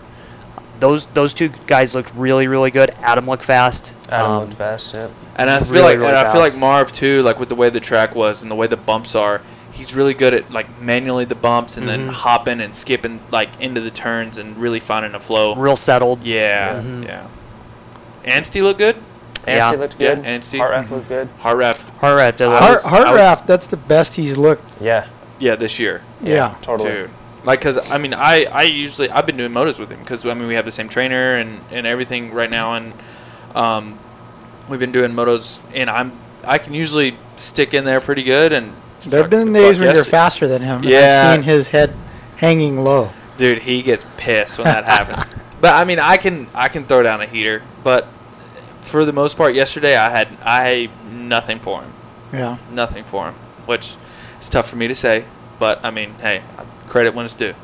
Speaker 2: Those those two guys looked really really good. Adam looked fast.
Speaker 4: Adam
Speaker 2: Um,
Speaker 4: looked fast. Yep.
Speaker 3: And I feel
Speaker 2: really,
Speaker 3: like
Speaker 2: really
Speaker 3: and I feel like
Speaker 2: fast.
Speaker 3: Marv too, like with the way the track was and the way the bumps are, he's really good at like manually the bumps and then hopping and skipping like into the turns and really finding a flow.
Speaker 2: Real settled.
Speaker 3: Yeah, yeah. Anstey looked good.
Speaker 4: Anstey
Speaker 2: Yeah.
Speaker 4: looked
Speaker 3: Yeah,
Speaker 4: good.
Speaker 3: Anstey.
Speaker 4: Hartrath looked good.
Speaker 3: Harraf.
Speaker 2: All right,
Speaker 3: I
Speaker 1: Hart,
Speaker 3: was- I was-
Speaker 1: Hartraft, that's the best he's looked
Speaker 4: Yeah.
Speaker 1: yeah, this year.
Speaker 5: Yeah.
Speaker 6: totally.
Speaker 1: Dude. Like, cause I mean, I, I usually I've been doing motos with him because I mean we have the same trainer and, and everything right now, and um, we've been doing motos, and I'm I can usually stick in there pretty good, and
Speaker 5: There
Speaker 1: fuck-
Speaker 5: have been
Speaker 1: fuck
Speaker 5: days when you're
Speaker 1: yesterday-
Speaker 5: faster than him. and
Speaker 1: Yeah.
Speaker 5: I've seen his head hanging low.
Speaker 1: Dude, he gets pissed when that happens. But I mean, I can I can throw down a heater, but for the most part, yesterday I had I nothing for him,
Speaker 5: Yeah.
Speaker 1: nothing for him, which is tough for me to say. But I mean, hey, credit when it's due.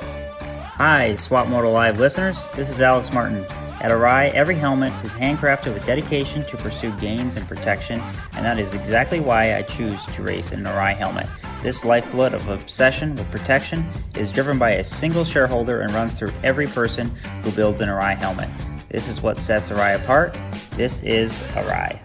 Speaker 7: Hi, Swap Moto Live listeners. This is Alex Martin. At Arai, every helmet is handcrafted with dedication to pursue gains and protection, and that is exactly why I choose to race in an Arai helmet. This lifeblood of obsession with protection is driven by a single shareholder and runs through every person who builds an Arai helmet. This is what sets Arai apart. This is Arai.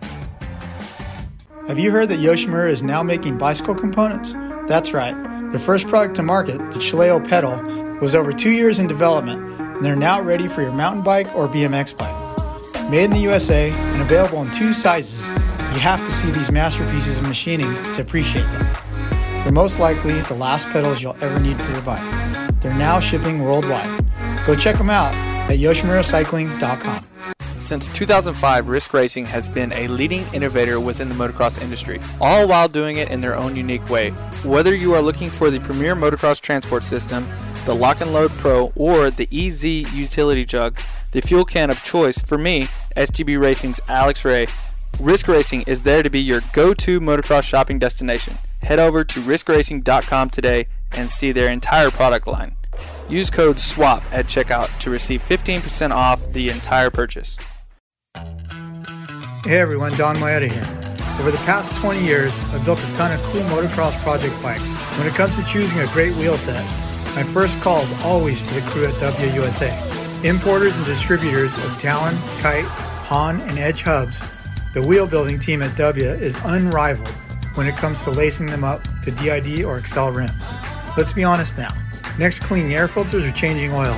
Speaker 5: Have you heard that Yoshimura is now making bicycle components? That's right. The first product to market, the Chileo Pedal, was over two years in development, and they're now ready for your mountain bike or BMX bike. Made in the USA and available in two sizes, you have to see these masterpieces of machining to appreciate them. They're most likely the last pedals you'll ever need for your bike. They're now shipping worldwide. Go check them out at yoshimuracycling.com.
Speaker 3: Since 2005, Risk Racing has been a leading innovator within the motocross industry, all while doing it in their own unique way. Whether you are looking for the premier motocross transport system, the Lock and Load Pro, or the EZ utility jug, the fuel can of choice for me, SGB Racing's Alex Ray, Risk Racing is there to be your go to motocross shopping destination. Head over to riskracing.com today and see their entire product line. Use code SWAP at checkout to receive 15% off the entire purchase.
Speaker 5: Hey everyone, Don Maeda here. Over the past 20 years, I've built a ton of cool motocross project bikes. When it comes to choosing a great wheel set, my first call is always to the crew at WUSA. Importers and distributors of Talon, Kite, Han, and Edge hubs, the wheel building team at W is unrivaled when it comes to lacing them up to DID or Excel rims. Let's be honest now. Next, cleaning air filters or changing oil.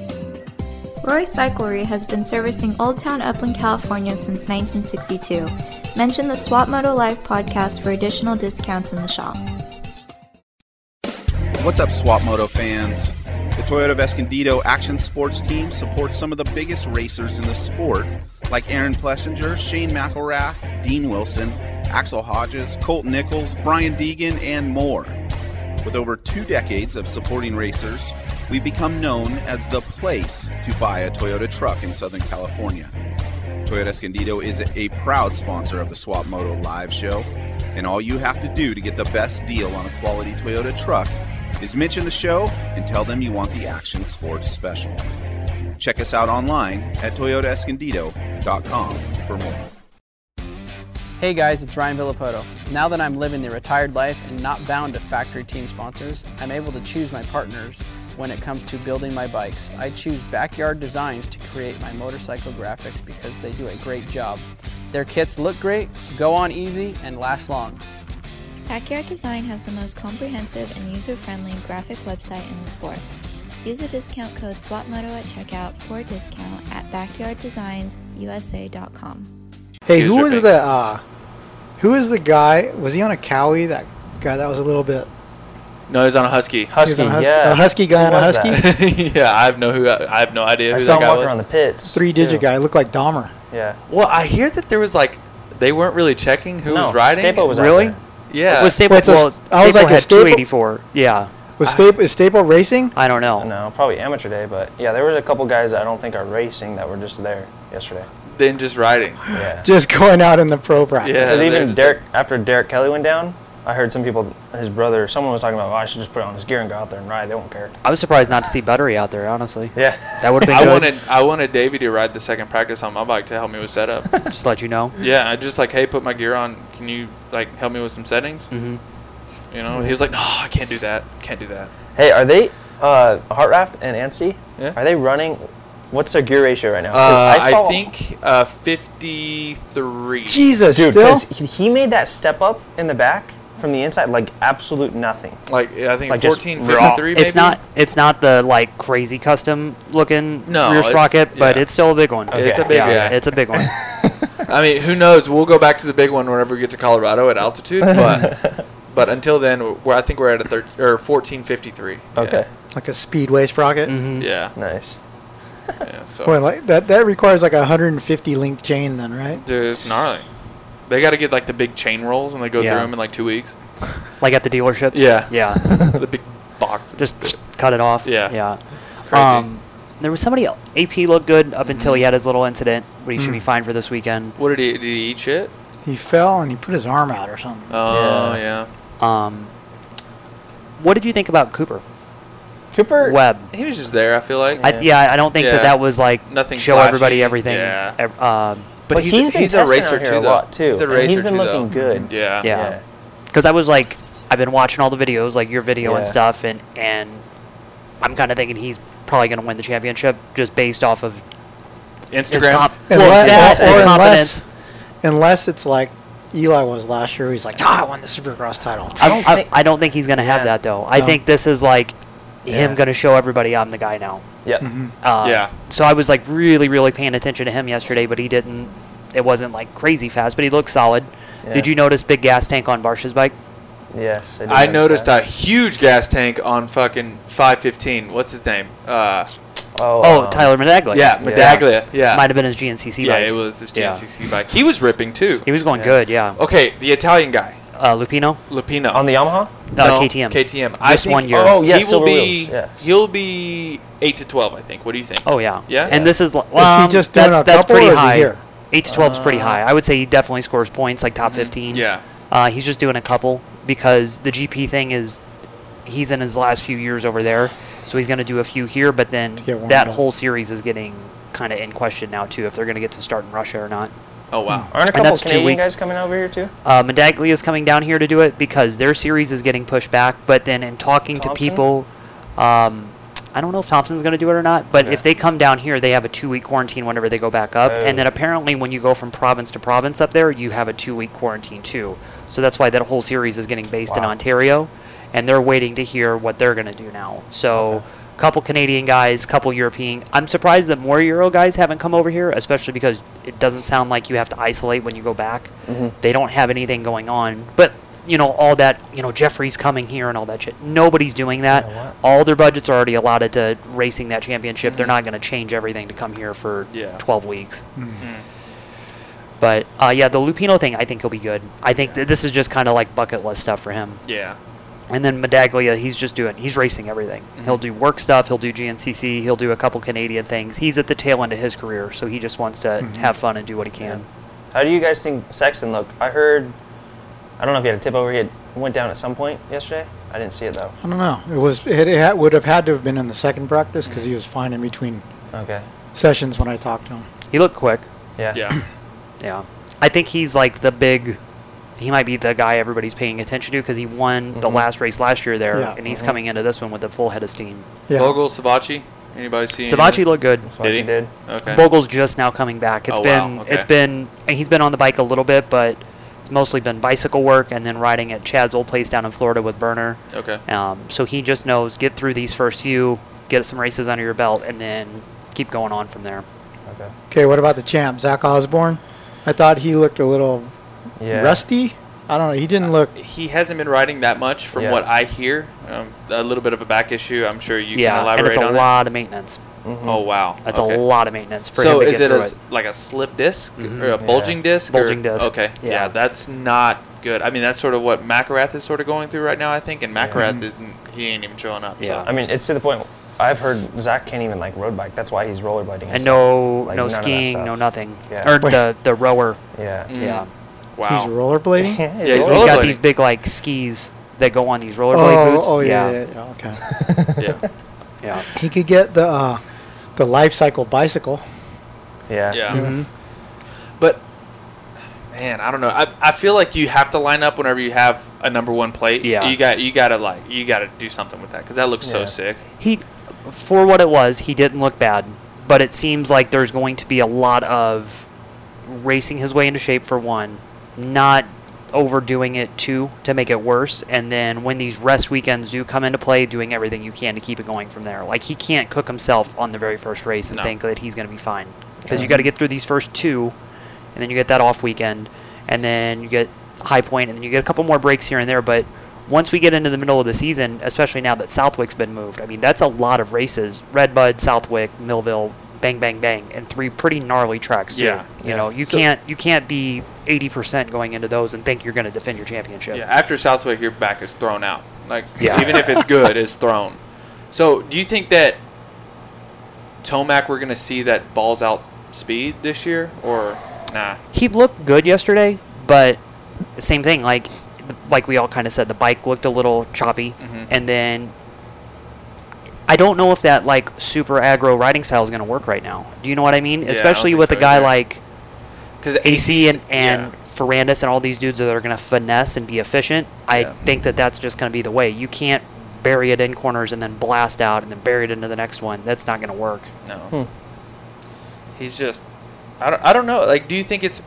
Speaker 8: Roy Cyclery has been servicing Old Town Upland, California since 1962. Mention the Swap Moto Live podcast for additional discounts in the shop.
Speaker 9: What's up, Swap Moto fans? The Toyota of Escondido Action Sports Team supports some of the biggest racers in the sport, like Aaron Plessinger, Shane McElrath, Dean Wilson, Axel Hodges, Colt Nichols, Brian Deegan, and more. With over two decades of supporting racers, we've become known as the place to buy a Toyota truck in Southern California. Toyota Escondido is a proud sponsor of the Swap Moto Live Show, and all you have to do to get the best deal on a quality Toyota truck is mention the show and tell them you want the Action Sports Special. Check us out online at toyotaescondido.com for more.
Speaker 10: Hey guys, it's Ryan Villapoto. Now that I'm living the retired life and not bound to factory team sponsors, I'm able to choose my partners when it comes to building my bikes. I choose Backyard Designs to create my motorcycle graphics because they do a great job. Their kits look great, go on easy, and last long.
Speaker 8: Backyard Design has the most comprehensive and user friendly graphic website in the sport.
Speaker 11: Use the discount code SWAPMOTO at checkout for a discount at backyarddesignsusa.com.
Speaker 1: Hey,
Speaker 3: Use
Speaker 1: who
Speaker 3: your
Speaker 1: was
Speaker 3: big-
Speaker 1: the uh, who was the guy? Was he on a cowie? That guy that was a little bit.
Speaker 3: No, he's on a husky.
Speaker 1: he was
Speaker 4: Husky,
Speaker 1: on a husky,
Speaker 4: yeah.
Speaker 1: a husky guy
Speaker 4: Who
Speaker 1: on a
Speaker 4: was
Speaker 1: husky,
Speaker 4: that?
Speaker 3: yeah, I have no who I have no idea
Speaker 4: I
Speaker 3: who that
Speaker 4: saw him
Speaker 3: guy
Speaker 4: walking
Speaker 3: was.
Speaker 4: around the pits.
Speaker 1: three digit
Speaker 4: too.
Speaker 1: guy. Looked like Dahmer.
Speaker 4: Yeah.
Speaker 3: Well, I hear that there was like they weren't really checking who
Speaker 4: no,
Speaker 3: was riding.
Speaker 4: Stapo was out
Speaker 2: Really?
Speaker 4: there.
Speaker 3: yeah.
Speaker 2: Was Staple,
Speaker 1: Wait, so
Speaker 2: well,
Speaker 1: s- I was
Speaker 2: Staple
Speaker 1: like, is
Speaker 2: had
Speaker 1: Staple-
Speaker 2: 284. Yeah.
Speaker 1: Was Staple is Staple racing?
Speaker 2: I don't know.
Speaker 4: No, probably amateur day, but yeah, there was a couple guys that I don't think are racing that were just there yesterday.
Speaker 3: then just riding.
Speaker 4: Yeah.
Speaker 1: Just going out in the pro practice.
Speaker 3: Yeah,
Speaker 4: 'Cause
Speaker 3: they're
Speaker 4: even
Speaker 3: just
Speaker 4: Derek, after Derek Kelly went down, I heard some people, his brother, someone was talking about, well, I should just put on his gear and go out there and ride. They won't care.
Speaker 2: I was surprised not to see Buttery out there, honestly.
Speaker 4: Yeah.
Speaker 2: That would have been
Speaker 3: I
Speaker 2: good.
Speaker 3: wanted I wanted Davey to ride the second practice on my bike to help me with setup.
Speaker 2: Just to let you know.
Speaker 3: yeah, I just like, hey, put my gear on. Can you like help me with some settings?
Speaker 4: Mm-hmm.
Speaker 2: Mhm.
Speaker 3: You know, he was like, no, I can't do that. Can't do that.
Speaker 4: Hey, are they uh, Heartraft and Ansi?
Speaker 3: Yeah.
Speaker 4: Are they running? What's their gear ratio right now? 'Cause
Speaker 3: Uh, I,
Speaker 4: saw-
Speaker 3: think uh, 53.
Speaker 1: Jesus,
Speaker 4: dude,
Speaker 1: still.
Speaker 4: because he he made that step up in the back from the inside like absolute nothing.
Speaker 3: Like I think
Speaker 4: Like, just
Speaker 3: 14,
Speaker 4: raw.
Speaker 3: 53 maybe.
Speaker 2: It's not it's not the like crazy custom looking
Speaker 3: No,
Speaker 2: rear
Speaker 3: it's-
Speaker 2: sprocket, but
Speaker 3: yeah.
Speaker 2: it's still a big one.
Speaker 4: It's a
Speaker 3: big
Speaker 2: yeah,
Speaker 3: guy.
Speaker 2: It's a big one.
Speaker 3: I mean, who knows? We'll go back to the big one whenever we get to Colorado at altitude, but but until then, we're, I think we're at a thir- or 1453.
Speaker 4: Okay,
Speaker 1: like a speedway sprocket.
Speaker 2: Mm.
Speaker 3: Yeah.
Speaker 2: Mm-hmm.
Speaker 3: yeah.
Speaker 4: nice.
Speaker 3: yeah, so
Speaker 1: Boy, like that that requires like a 150 link chain then, right?
Speaker 3: dude, it's gnarly. They got to get like the big chain rolls and they go through 'em
Speaker 2: Yeah.
Speaker 3: through them in like 2 weeks.
Speaker 2: like at the dealerships.
Speaker 3: Yeah.
Speaker 2: Yeah.
Speaker 3: the big box.
Speaker 4: Um,
Speaker 2: Just cut it off.
Speaker 3: Yeah.
Speaker 2: Yeah.
Speaker 3: Crazy. Mm-hmm.
Speaker 2: Um, there was somebody el- AP looked good up until he had his little incident, but he should be
Speaker 3: Mm.
Speaker 2: fine for this weekend.
Speaker 3: what did he did he eat shit?
Speaker 1: He fell and he put his arm out or something.
Speaker 3: Oh,
Speaker 4: Yeah.
Speaker 3: yeah.
Speaker 2: Um, what did you think about Cooper
Speaker 4: Cooper,
Speaker 2: Webb?
Speaker 3: He was just there, I feel like.
Speaker 2: I, yeah, I don't think
Speaker 3: Yeah.
Speaker 2: that that was like
Speaker 3: Nothing
Speaker 2: show
Speaker 3: flashy.
Speaker 2: everything, everything.
Speaker 3: Yeah.
Speaker 2: ev- um,
Speaker 3: but, he's,
Speaker 4: he's been
Speaker 3: he's a
Speaker 4: testing
Speaker 3: racer
Speaker 4: out here
Speaker 3: too,
Speaker 4: a
Speaker 3: though.
Speaker 4: lot, too,
Speaker 3: He's a
Speaker 4: and he's
Speaker 3: racer
Speaker 4: been
Speaker 3: too,
Speaker 4: looking
Speaker 3: though.
Speaker 4: good.
Speaker 3: Yeah.
Speaker 2: yeah, because I was like, I've been watching all the videos, like your video
Speaker 4: Yeah.
Speaker 2: and stuff, and and I'm kind of thinking he's probably going to win the championship just based off of his,
Speaker 3: Instagram.
Speaker 2: comp-
Speaker 1: And
Speaker 2: well,
Speaker 1: let-
Speaker 2: that,
Speaker 1: or
Speaker 2: his
Speaker 1: unless-
Speaker 2: confidence.
Speaker 1: Unless it's like Eli was last year. He's like, ah, I won the Supercross title.
Speaker 2: I
Speaker 4: don't
Speaker 2: don't, I,
Speaker 4: think-
Speaker 2: I don't think he's going to have
Speaker 4: Yeah.
Speaker 2: that though. I
Speaker 1: No.
Speaker 2: think this is like
Speaker 4: Yeah.
Speaker 2: him going to show everybody I'm the guy now.
Speaker 4: yeah,
Speaker 2: Uh,
Speaker 3: Yeah.
Speaker 2: So I was like really, really paying attention to him yesterday, but he didn't. It wasn't like crazy fast, but he looked solid.
Speaker 4: Yeah.
Speaker 2: Did you notice big gas tank on Barsha's bike?
Speaker 4: yes. did
Speaker 3: I
Speaker 4: notice
Speaker 3: noticed
Speaker 4: that.
Speaker 3: a huge gas tank on fucking 515. What's his name? Uh,
Speaker 2: Oh,
Speaker 4: um,
Speaker 2: Tyler Medaglia.
Speaker 3: yeah, Medaglia. Yeah.
Speaker 2: Might have been his GNCC
Speaker 3: yeah,
Speaker 2: bike.
Speaker 3: it was this
Speaker 2: Yeah.
Speaker 3: GNCC bike. He was ripping too.
Speaker 2: He was going good, yeah.
Speaker 3: Okay, the Italian guy,
Speaker 2: Uh, Lupino?
Speaker 3: Lupino.
Speaker 4: on the Yamaha.
Speaker 2: No, KTM.
Speaker 3: KTM. I
Speaker 2: Just
Speaker 3: think,
Speaker 2: one year.
Speaker 4: Oh, yeah,
Speaker 3: he will
Speaker 4: Silver
Speaker 3: be.
Speaker 4: Wheels, yeah.
Speaker 3: He'll be eight to twelve. I think. What do you think?
Speaker 2: Oh, yeah.
Speaker 3: Yeah?
Speaker 2: And
Speaker 3: Yeah.
Speaker 2: this is, well,
Speaker 1: he just doing
Speaker 2: that's,
Speaker 1: a
Speaker 2: that's
Speaker 1: couple
Speaker 2: pretty
Speaker 1: or is he
Speaker 2: high.
Speaker 1: here?
Speaker 2: 8 to 12 is pretty high. I would say he definitely scores points, like top 15.
Speaker 3: Uh, mm-hmm. Yeah.
Speaker 2: Uh, he's just doing a couple because the GP thing is he's in his last few years over there, so he's going to do a few here. But then
Speaker 1: get warmed
Speaker 2: that
Speaker 1: up.
Speaker 2: whole series is getting kind of in question now too, if they're going to get to start in Russia or not.
Speaker 3: Oh wow.
Speaker 4: Aren't a
Speaker 2: And
Speaker 4: couple
Speaker 2: that's two
Speaker 4: Canadian
Speaker 2: weeks.
Speaker 4: guys coming over here too?
Speaker 2: Uh, Medaglia is coming down here to do it because their series is getting pushed back. But then in talking
Speaker 4: Thompson?
Speaker 2: to people, um, I don't know if Thompson's going to do it or not. But if they come down here, they have a two-week quarantine whenever they go back up. And then apparently, when you go from province to province up there, you have a two-week quarantine too. So that's why that whole series is getting based in
Speaker 4: Wow.
Speaker 2: Ontario, and they're waiting to hear what they're going to do now. So. Couple Canadian guys, couple European. I'm surprised that more Euro guys haven't come over here, especially because it doesn't sound like you have to isolate when you go back. They don't have anything going on. But you know all that. You know Jeffrey's coming here and all that shit. Nobody's doing that.
Speaker 4: what?
Speaker 2: all their budgets are already allotted to racing that championship. They're not going to change everything to come here for
Speaker 3: Yeah.
Speaker 2: 12 weeks. But uh, yeah, the Lupino thing, I think he'll be good. I think th- this is just kind of like bucket list stuff for him.
Speaker 3: Yeah.
Speaker 2: And then Medaglia, he's just doing, he's racing everything.
Speaker 3: Mm-hmm.
Speaker 2: He'll do work stuff, he'll do GNCC, he'll do a couple Canadian things. He's at the tail end of his career, so he just wants to
Speaker 3: Mm-hmm.
Speaker 2: have fun and do what he can.
Speaker 4: How do you guys think Sexton looked? I heard, I don't know if he had a tip over. He had, went down at some point yesterday. I didn't see it though.
Speaker 1: I don't know. It was it, it had, would have had to have been in the second practice because he was fine in between
Speaker 4: Okay.
Speaker 1: sessions when I talked to him.
Speaker 2: He looked quick.
Speaker 4: Yeah.
Speaker 3: Yeah.
Speaker 2: Yeah. I think he's like the big, he might be the guy everybody's paying attention to because he won the
Speaker 3: Mm-hmm.
Speaker 2: last race last year there,
Speaker 1: Yeah.
Speaker 2: and he's coming into this one with a full head of steam.
Speaker 1: Yeah.
Speaker 3: Vogel Savachi. Anybody see?
Speaker 2: Sabachi looked good.
Speaker 4: That's what
Speaker 3: Did
Speaker 4: she
Speaker 3: he?
Speaker 4: did.
Speaker 3: Okay.
Speaker 2: Vogel's just now coming back. It's
Speaker 3: Oh, wow,
Speaker 2: been
Speaker 3: okay.
Speaker 2: it's been and he's been on the bike a little bit, but it's mostly been bicycle work and then riding at Chad's old place down in Florida with Burner.
Speaker 3: Okay.
Speaker 2: Um, so he just knows get through these first few, get some races under your belt, and then keep going on from there.
Speaker 4: Okay.
Speaker 1: Okay, what about the champ, Zach Osborne? I thought he looked a little
Speaker 4: Yeah.
Speaker 1: rusty. I don't know. He didn't look.
Speaker 3: He hasn't been riding that much, from
Speaker 4: Yeah.
Speaker 3: what I hear. Um, a little bit of a back issue. I'm sure you can
Speaker 2: yeah, and
Speaker 3: elaborate
Speaker 2: it's a
Speaker 3: on
Speaker 2: lot of maintenance.
Speaker 3: it. Oh wow,
Speaker 2: That's
Speaker 3: Okay.
Speaker 2: a lot of maintenance for him
Speaker 3: so
Speaker 2: to
Speaker 3: is
Speaker 2: get
Speaker 3: it
Speaker 2: through Mm-hmm.
Speaker 3: a s- like a slip disk or a
Speaker 4: Yeah.
Speaker 3: bulging disc? or-
Speaker 2: Bulging disc.
Speaker 3: Okay, yeah.
Speaker 2: Yeah.
Speaker 3: that's not good. I mean, that's sort of what Macarath is sort of going through right now. I think, and Macarath isn't. He ain't even showing up.
Speaker 2: Mm-hmm. Yeah.
Speaker 3: Yeah.
Speaker 4: I mean, it's to the point. I've heard Zach can't even like road bike. That's why he's rollerblading.
Speaker 2: and
Speaker 4: stuff.
Speaker 2: no no
Speaker 4: Like, none of that
Speaker 2: skiing,
Speaker 4: stuff.
Speaker 2: no nothing,
Speaker 4: Yeah. Mm.
Speaker 2: or
Speaker 1: Wait.
Speaker 2: the the rower.
Speaker 4: Yeah.
Speaker 2: Yeah,
Speaker 3: So, wow.
Speaker 1: He's rollerblading.
Speaker 3: Mm. yeah, he's
Speaker 2: he's got
Speaker 3: rollerblading.
Speaker 2: these big like skis that go on these rollerblade
Speaker 1: oh,
Speaker 2: boots.
Speaker 1: oh yeah, yeah, yeah. Okay.
Speaker 3: yeah.
Speaker 2: yeah.
Speaker 1: He could get the uh, the life cycle bicycle.
Speaker 4: Yeah.
Speaker 3: Yeah.
Speaker 2: Mm-hmm.
Speaker 3: Mm-hmm. But man, I don't know. I, I feel like you have to line up whenever you have a number one plate.
Speaker 2: Yeah.
Speaker 3: You got you got to like you got to do something with that because that looks so
Speaker 4: Yeah.
Speaker 3: sick.
Speaker 2: He, for what it was, he didn't look bad, but it seems like there's going to be a lot of racing his way into shape for one, not overdoing it too to make it worse, and then when these rest weekends do come into play, doing everything you can to keep it going from there. Like he can't cook himself on the very first race and
Speaker 3: No.
Speaker 2: think that he's going to be fine because you got to get through these first two, and then you get that off weekend, and then you get High Point, and then you get a couple more breaks here and there. But once we get into the middle of the season, especially now that Southwick's been moved, I mean that's a lot of races: Redbud, Southwick, Millville, bang, bang, bang, and three pretty gnarly tracks. Too.
Speaker 3: Yeah.
Speaker 2: you know you can't you can't be 80% going into those and think you're going to defend your championship.
Speaker 3: Yeah. After Southwick, your back is thrown out. Like
Speaker 2: Yeah.
Speaker 3: even if it's good, it's thrown. So do you think that Tomac we're gonna see that balls out speed this year or nah?
Speaker 2: he looked good yesterday, but same thing. Like, like we all kind of said, the bike looked a little choppy,
Speaker 3: Mm-hmm.
Speaker 2: and then I don't know if that like super aggro riding style is going to work right now. Do you know what I mean?
Speaker 3: don't
Speaker 2: Especially
Speaker 3: think
Speaker 2: with
Speaker 3: so
Speaker 2: a guy
Speaker 3: either.
Speaker 2: like
Speaker 3: Because
Speaker 2: AC and and Ferrandis and all these dudes that are going to finesse and be efficient. I
Speaker 3: Yeah.
Speaker 2: think that that's just going to be the way. You can't bury it in corners and then blast out and then bury it into the next one. That's not going to work.
Speaker 3: No.
Speaker 2: Hmm.
Speaker 3: He's just. I don't, I don't know. Like, do you think it's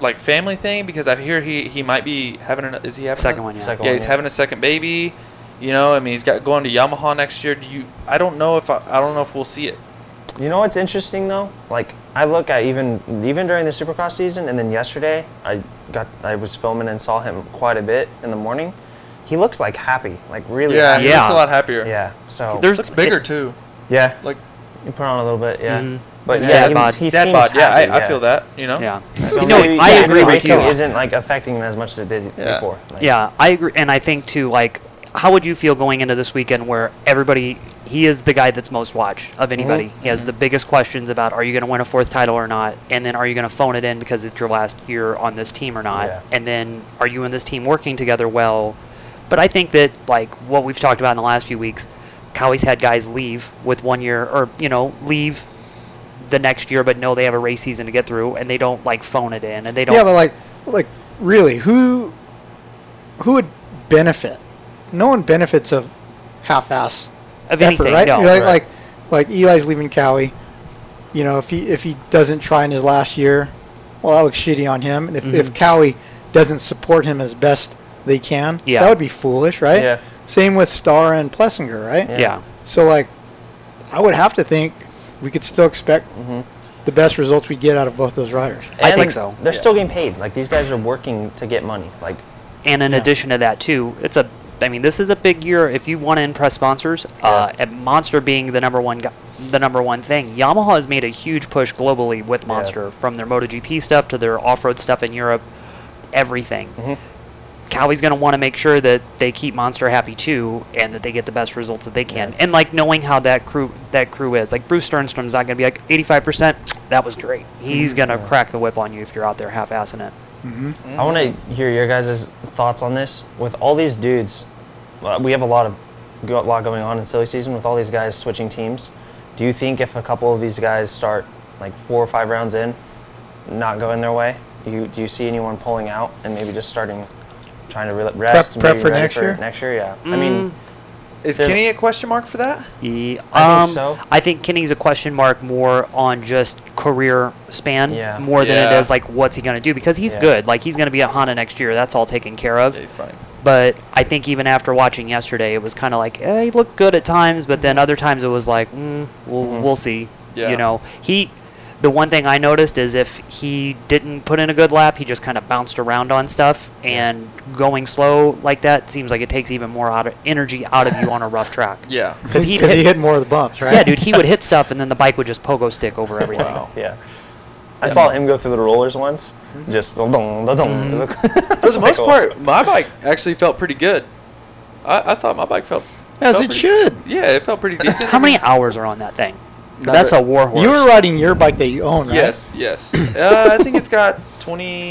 Speaker 3: like family thing? Because I hear he he might be having an. Is he having
Speaker 2: Second
Speaker 3: a-
Speaker 2: one, yeah.
Speaker 4: Second
Speaker 3: Yeah,
Speaker 4: one,
Speaker 3: he's
Speaker 4: yeah.
Speaker 3: having a second baby. You know, I mean, he's got going to Yamaha next year. Do you? I don't know if I, I don't know if we'll see it.
Speaker 4: You know what's interesting though? Like I look at even even during the Supercross season, and then yesterday I got I was filming and saw him quite a bit in the morning. He looks like happy, like really.
Speaker 3: Yeah,
Speaker 4: happy.
Speaker 3: he
Speaker 2: Yeah.
Speaker 3: looks a lot happier.
Speaker 4: Yeah. So
Speaker 2: There's
Speaker 3: looks bigger
Speaker 2: it-
Speaker 3: too.
Speaker 4: yeah,
Speaker 3: Like
Speaker 4: you put on a little bit. Yeah.
Speaker 2: Mhm.
Speaker 4: But
Speaker 2: Yeah,
Speaker 4: yeah,
Speaker 2: dad
Speaker 4: he,
Speaker 2: bod.
Speaker 4: he
Speaker 3: dad
Speaker 4: seems
Speaker 3: bod. Yeah,
Speaker 4: happy,
Speaker 3: I, I feel that. You know.
Speaker 2: Yeah.
Speaker 4: So
Speaker 2: You know,
Speaker 4: maybe
Speaker 2: I
Speaker 4: that
Speaker 2: agree with
Speaker 4: racing
Speaker 2: you.
Speaker 4: Isn't like affecting him as much as it did
Speaker 3: Yeah.
Speaker 4: before. Like,
Speaker 2: Yeah, I agree, and I think too. Like, how would you feel going into this weekend where everybody? He is the guy that's most watched
Speaker 1: Mm-hmm.
Speaker 2: of anybody. He has the biggest questions about are you going to win a fourth title or not, and then are you going to phone it in because it's your last year on this team or not,
Speaker 4: Yeah.
Speaker 2: and then are you and this team working together well? But I think that like what we've talked about in the last few weeks, Cowie's had guys leave with one year or you know leave the next year, but no, they have a race season to get through, and they don't like phone it in, and they don't.
Speaker 1: Yeah, but like, like really, who who would benefit? No one benefits of half-ass
Speaker 2: Of
Speaker 1: effort,
Speaker 2: anything,
Speaker 1: right?
Speaker 2: no.
Speaker 1: You're like,
Speaker 4: Right.
Speaker 1: like like Eli's leaving Cowie. You know, if he if he doesn't try in his last year, well, that looks shitty on him. And if
Speaker 2: Mm-hmm.
Speaker 1: if Cowie doesn't support him as best they can,
Speaker 2: Yeah.
Speaker 1: that would be foolish, right?
Speaker 4: Yeah.
Speaker 1: Same with Starr and Plessinger, right?
Speaker 2: yeah.
Speaker 1: So like, I would have to think we could still expect
Speaker 2: Mm-hmm.
Speaker 1: the best results we get out of both those riders.
Speaker 2: I think
Speaker 4: And
Speaker 2: so.
Speaker 4: They're still getting paid. Like these guys are working to get money. Like
Speaker 2: And in addition to that, too, it's a. I mean, this is a big year if you want to impress sponsors. Uh, and Monster being the number one, gu- the number one thing. Yamaha has made a huge push globally with Monster, from their MotoGP stuff to their off-road stuff in Europe, everything. Cowie's going to want to make sure that they keep Monster happy too, and that they get the best results that they can. And like knowing how that crew that crew is, like Bruce Sternstrom's not going to be like 85. percent That was great. He's going to crack the whip on you if you're out there half-assing it.
Speaker 4: I want to hear your guys' thoughts on this. With all these dudes, uh, we have a lot of go- a lot going on in silly season. With all these guys switching teams, do you think if a couple of these guys start like four or five rounds in, not going their way, do you do you see anyone pulling out and maybe just starting trying to re- rest?
Speaker 1: prep
Speaker 4: maybe
Speaker 1: for
Speaker 4: ready
Speaker 1: next year?
Speaker 4: Next year, yeah. I mean,
Speaker 3: Is
Speaker 4: There's-
Speaker 3: Kenny a question mark for that?
Speaker 2: Yeah, um,
Speaker 4: I think so.
Speaker 2: I think Kenny's a question mark more on just career span
Speaker 4: Yeah.
Speaker 2: more than it
Speaker 3: Yeah.
Speaker 2: is like what's he going to do because he's
Speaker 4: Yeah.
Speaker 2: good. Like he's going to be at Honda next year. That's all taken care of.
Speaker 3: He's fine.
Speaker 2: But I think even after watching yesterday, it was kind of like eh, he looked good at times, but
Speaker 4: Mm-hmm.
Speaker 2: then other times it was like mm, we'll we'll see.
Speaker 3: Yeah.
Speaker 2: You know, he. The one thing I noticed is if he didn't put in a good lap, he just kind of bounced around on stuff, and going slow like that seems like it takes even more out of energy out of you on a rough track.
Speaker 3: Yeah.
Speaker 2: Because he
Speaker 1: he hit more of the bumps, right?
Speaker 2: yeah, dude, he would hit stuff, and then the bike would just pogo stick over everything.
Speaker 4: oh, Yeah. I saw him go through the rollers once. Just dun, dun, dun, dun.
Speaker 3: For the most part, my bike actually felt pretty good. I, I thought my bike felt.
Speaker 1: As it
Speaker 3: felt pretty-
Speaker 1: should.
Speaker 3: Yeah, it felt pretty decent.
Speaker 2: How many hours are on that thing? That's a war horse.
Speaker 1: You were riding your bike that you own, right?
Speaker 3: Yes, yes. uh, I think it's got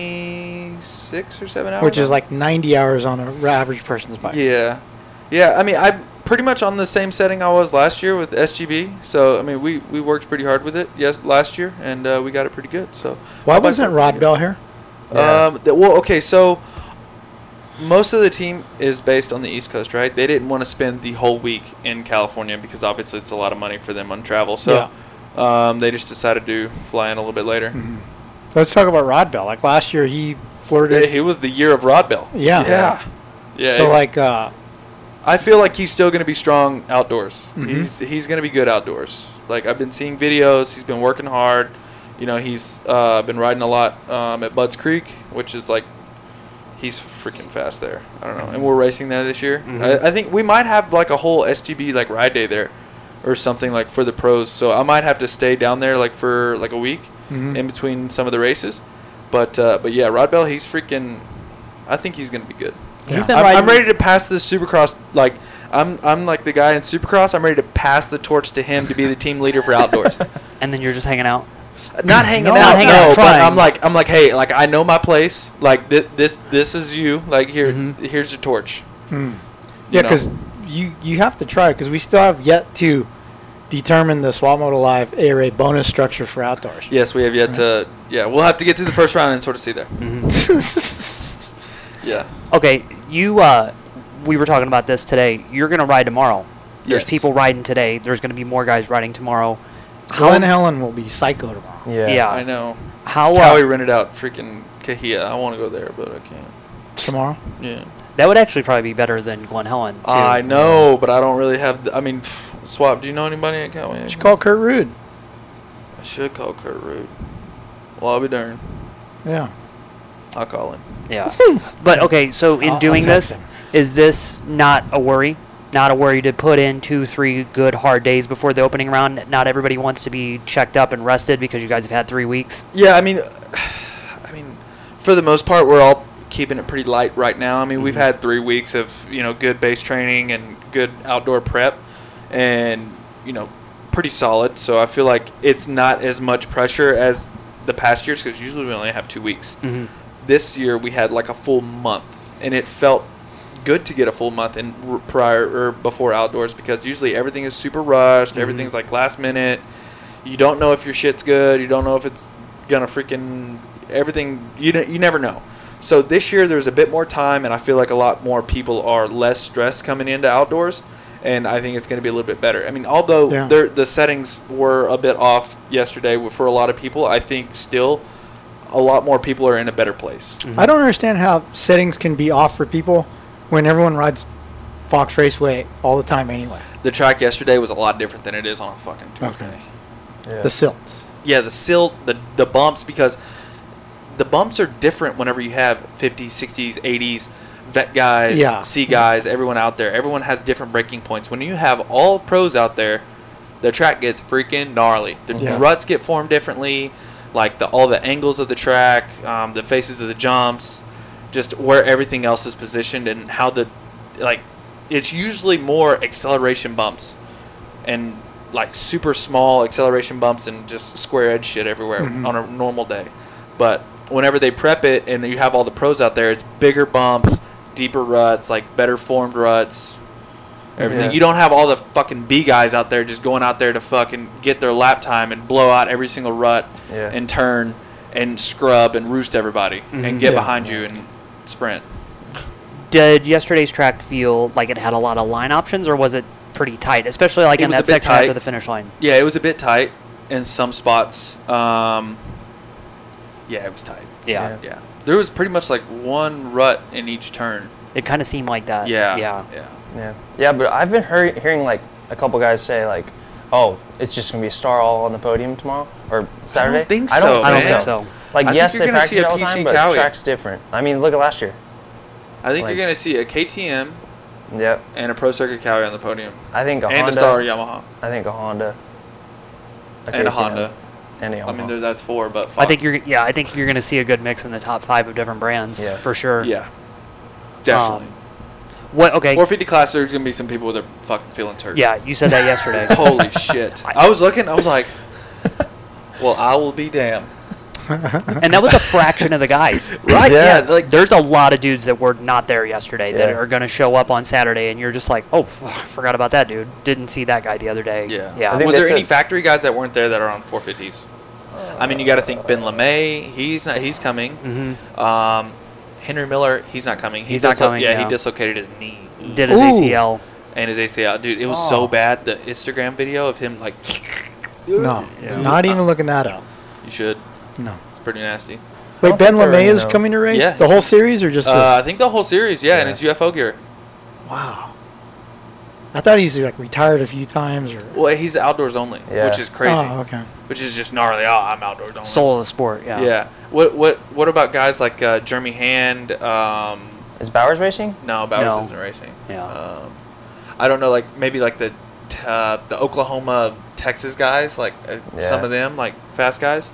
Speaker 3: 26 or 7 hours.
Speaker 1: Which is
Speaker 3: on it.
Speaker 1: like 90 hours on an average person's bike.
Speaker 3: Yeah, yeah. I mean, I'm pretty much on the same setting I was last year with SGB. So I mean, we, we worked pretty hard with it. Yes, last year, and uh, we got it pretty good. So
Speaker 1: Why
Speaker 3: my bike
Speaker 1: wasn't
Speaker 3: felt
Speaker 1: Rod
Speaker 3: pretty good.
Speaker 1: Bell here?
Speaker 4: Yeah.
Speaker 3: Um, th- well, okay, so most of the team is based on the East Coast, right? They didn't want to spend the whole week in California because obviously it's a lot of money for them on travel. So um, they just decided to fly in a little bit later.
Speaker 1: Mm-hmm. Let's talk about Rod Bell. Like last year, he
Speaker 3: Yeah,
Speaker 1: flirted.
Speaker 3: He was the year of Rod Bell.
Speaker 1: Yeah.
Speaker 3: yeah, yeah.
Speaker 1: so
Speaker 3: it-
Speaker 1: like, uh,
Speaker 3: I feel like he's still going to be strong outdoors. He's he's going to be good outdoors. Like I've been seeing videos. He's been working hard. You know, he's uh, been riding a lot um, at Bud's Creek, which is like he's freaking fast there. I don't know. And we're racing there this year. I, I think we might have like a whole SGB like ride day there or something like for the pros. So I might have to stay down there like for like a week in between some of the races. But uh, but yeah, Rod Bell, he's freaking. I think he's going to be good.
Speaker 2: He's been
Speaker 3: I'm, I'm
Speaker 2: riding.
Speaker 3: ready to pass the Supercross. Like I'm, I'm like the guy in Supercross. I'm ready to pass the torch to him to be the team leader for outdoors.
Speaker 2: and then you're just hanging out.
Speaker 3: not hanging
Speaker 2: No,
Speaker 3: out,
Speaker 2: not hanging
Speaker 3: no.
Speaker 2: out,
Speaker 3: but
Speaker 2: trying.
Speaker 3: I'm like, I'm like, hey, like I know my place. Like thi- this, this is you. Like here,
Speaker 2: Mm-hmm.
Speaker 3: here's your torch.
Speaker 2: Hmm.
Speaker 1: yeah,
Speaker 3: know.
Speaker 1: because you you have to try because we still have yet to determine the Swap Moto Live ARA bonus structure for outdoors.
Speaker 3: Yes, we have yet to. Yeah, we'll have to get through the first round and sort of see there.
Speaker 2: Mm-hmm.
Speaker 3: Yeah.
Speaker 2: Okay, you. Uh, we were talking about this today. You're gonna ride tomorrow. There's
Speaker 3: Yes.
Speaker 2: people riding today. There's gonna be more guys riding tomorrow.
Speaker 1: Glenn Helen will be psycho tomorrow.
Speaker 4: yeah.
Speaker 3: I know.
Speaker 2: How?
Speaker 3: How we
Speaker 2: Uh,
Speaker 3: rented out freaking Kahia. I want to go there, but I can't.
Speaker 1: Tomorrow,
Speaker 3: Yeah.
Speaker 2: that would actually probably be better than Glen Helen. Too.
Speaker 3: I know, but I don't really have. The, I mean, pff, swap. Do you know anybody at California?
Speaker 1: should call Kurt Rude.
Speaker 3: I should call Kurt Root. Well, I'll be darned.
Speaker 1: Yeah,
Speaker 3: I'll call him.
Speaker 2: Yeah. but okay, so in
Speaker 1: Hmm. I'll- I'll
Speaker 2: doing
Speaker 1: text
Speaker 2: this,
Speaker 1: him.
Speaker 2: is this not a worry? Not a worry to put in two, three good hard days before the opening round. Not everybody wants to be checked up and rested because you guys have had three weeks.
Speaker 3: Yeah, I mean, I mean, for the most part, we're all keeping it pretty light right now. I mean, we've had three weeks of you know good base training and good outdoor prep, and you know, pretty solid. So I feel like it's not as much pressure as the past years because usually we only have two weeks. This year we had like a full month, and it felt good to get a full month in r- prior or before outdoors because usually everything is super rushed. Everything's like last minute. you don't know if your shit's good. You don't know if it's gonna freaking everything. You don't- you never know. So this year there's a bit more time, and I feel like a lot more people are less stressed coming into outdoors, and I think it's gonna be a little bit better. I mean, although
Speaker 1: Yeah.
Speaker 3: there, the settings were a bit off yesterday for a lot of people, I think still a lot more people are in a better place.
Speaker 1: I don't understand how settings can be off for people when everyone rides Fox Raceway all the time anyway.
Speaker 3: The track yesterday was a lot different than it is on a fucking Tuesday.
Speaker 4: Yeah.
Speaker 1: The silt.
Speaker 3: yeah the silt the the bumps because the bumps are different whenever you have 50s 60s 80s vet guys
Speaker 1: Yeah.
Speaker 3: c guys everyone out there everyone has different breaking points when you have all pros out there the track gets freaking gnarly the
Speaker 1: Yeah.
Speaker 3: ruts get formed differently like the all the angles of the track um, the faces of the jumps just where everything else is positioned and how the like it's usually more acceleration bumps and like super small acceleration bumps and just square edge shit everywhere on a normal day. But whenever they prep it and you have all the pros out there, it's bigger bumps, deeper ruts, like better formed ruts, everything.
Speaker 4: Yeah.
Speaker 3: You don't have all the fucking B guys out there just going out there to fucking get their lap time and blow out every single rut
Speaker 4: Yeah.
Speaker 3: and turn and scrub and roost everybody and get
Speaker 1: Yeah.
Speaker 3: behind you and sprint.
Speaker 2: Did yesterday's track feel like it had a lot of line options, or was it pretty tight, especially like
Speaker 3: It
Speaker 2: in
Speaker 3: was a
Speaker 2: that
Speaker 3: bit
Speaker 2: section
Speaker 3: tight.
Speaker 2: after the finish line?
Speaker 3: Yeah, it was a bit tight in some spots. Um, yeah, it was tight.
Speaker 2: Yeah.
Speaker 3: Yeah. There was pretty much like one rut in each turn.
Speaker 2: It kind of seemed like that.
Speaker 3: Yeah.
Speaker 2: Uh, Yeah.
Speaker 4: Yeah, yeah, but I've been hear- hearing like a couple guys say like, "Oh, it's just gonna be a star all on the podium tomorrow or Saturday."
Speaker 3: think
Speaker 4: I don't,
Speaker 3: so, man.
Speaker 4: think so. Like,
Speaker 3: I think
Speaker 4: yes,
Speaker 3: you're
Speaker 4: they
Speaker 3: gonna
Speaker 4: practice
Speaker 3: see a
Speaker 4: it all the
Speaker 3: PC
Speaker 4: time, but
Speaker 3: Cowie.
Speaker 4: the track's different. I mean, look at last year.
Speaker 3: I think
Speaker 4: Like-
Speaker 3: you're going to see a KTM
Speaker 4: Yep,
Speaker 3: and a Pro Circuit Cowie on the podium,
Speaker 4: I think a
Speaker 3: and
Speaker 4: Honda.
Speaker 3: a Star Yamaha,
Speaker 4: I think a Honda.
Speaker 3: and a
Speaker 4: KTM,
Speaker 3: Honda.
Speaker 4: And a Yamaha.
Speaker 3: I mean, there- that's four, but
Speaker 2: I
Speaker 3: fuck.
Speaker 2: think you're. Yeah, I think you're going to see a good mix in the top five of different brands
Speaker 4: Yeah.
Speaker 2: for sure.
Speaker 3: yeah, definitely.
Speaker 2: What? Okay.
Speaker 3: 450 class. There's gonna be some people that are fucking feeling turkey.
Speaker 2: yeah, you said that yesterday.
Speaker 3: Holy shit! I was looking. I was like, "Well, I will be damned."
Speaker 2: and that was a fraction of the guys.
Speaker 3: Right?
Speaker 4: Yeah.
Speaker 3: Yeah. like
Speaker 2: There's a lot of dudes that were not there yesterday that
Speaker 4: Yeah.
Speaker 2: are going to show up on Saturday, and you're just like, oh, f- forgot about that dude. Didn't see that guy the other day.
Speaker 3: Yeah.
Speaker 2: Yeah.
Speaker 4: I think
Speaker 3: was
Speaker 4: they
Speaker 3: there any
Speaker 4: said-
Speaker 3: factory guys that weren't there that are on 450s?
Speaker 1: Oh.
Speaker 3: I mean, you got to think Ben LeMay, he's not he's coming. Um, Henry Miller, he's not coming. He
Speaker 2: He's not
Speaker 3: dislo-
Speaker 2: coming,
Speaker 3: Yeah,
Speaker 2: yeah.
Speaker 3: he dislocated his knee
Speaker 2: Did his ACL.
Speaker 3: and his ACL. Dude, it was so bad. The Instagram video of him like
Speaker 1: No, not even looking that up.
Speaker 3: you should.
Speaker 1: No.
Speaker 3: It's pretty nasty.
Speaker 1: Wait, Ben
Speaker 4: think they're
Speaker 1: LeMay
Speaker 4: in,
Speaker 1: is
Speaker 4: though.
Speaker 1: coming to race
Speaker 3: Yeah,
Speaker 1: the
Speaker 3: he's-
Speaker 1: whole series or just the,
Speaker 3: Uh, I think the whole series, yeah, and his UFO gear.
Speaker 1: wow. I thought he's like retired a few times or
Speaker 3: Well, he's outdoors only,
Speaker 4: Yeah.
Speaker 3: which is crazy.
Speaker 1: Oh, okay.
Speaker 3: Which is just gnarly. Oh, I'm outdoors only.
Speaker 2: Soul of the sport. Yeah.
Speaker 3: Yeah. What what what about guys like uh, Jeremy Hand? Um,
Speaker 4: Is Bowers racing?
Speaker 3: no, Bowers
Speaker 2: No.
Speaker 3: isn't racing.
Speaker 2: Yeah.
Speaker 3: Um, I don't know. Like maybe like the t- uh, the Oklahoma Texas guys, like uh, some
Speaker 4: Yeah.
Speaker 3: of them, like fast guys.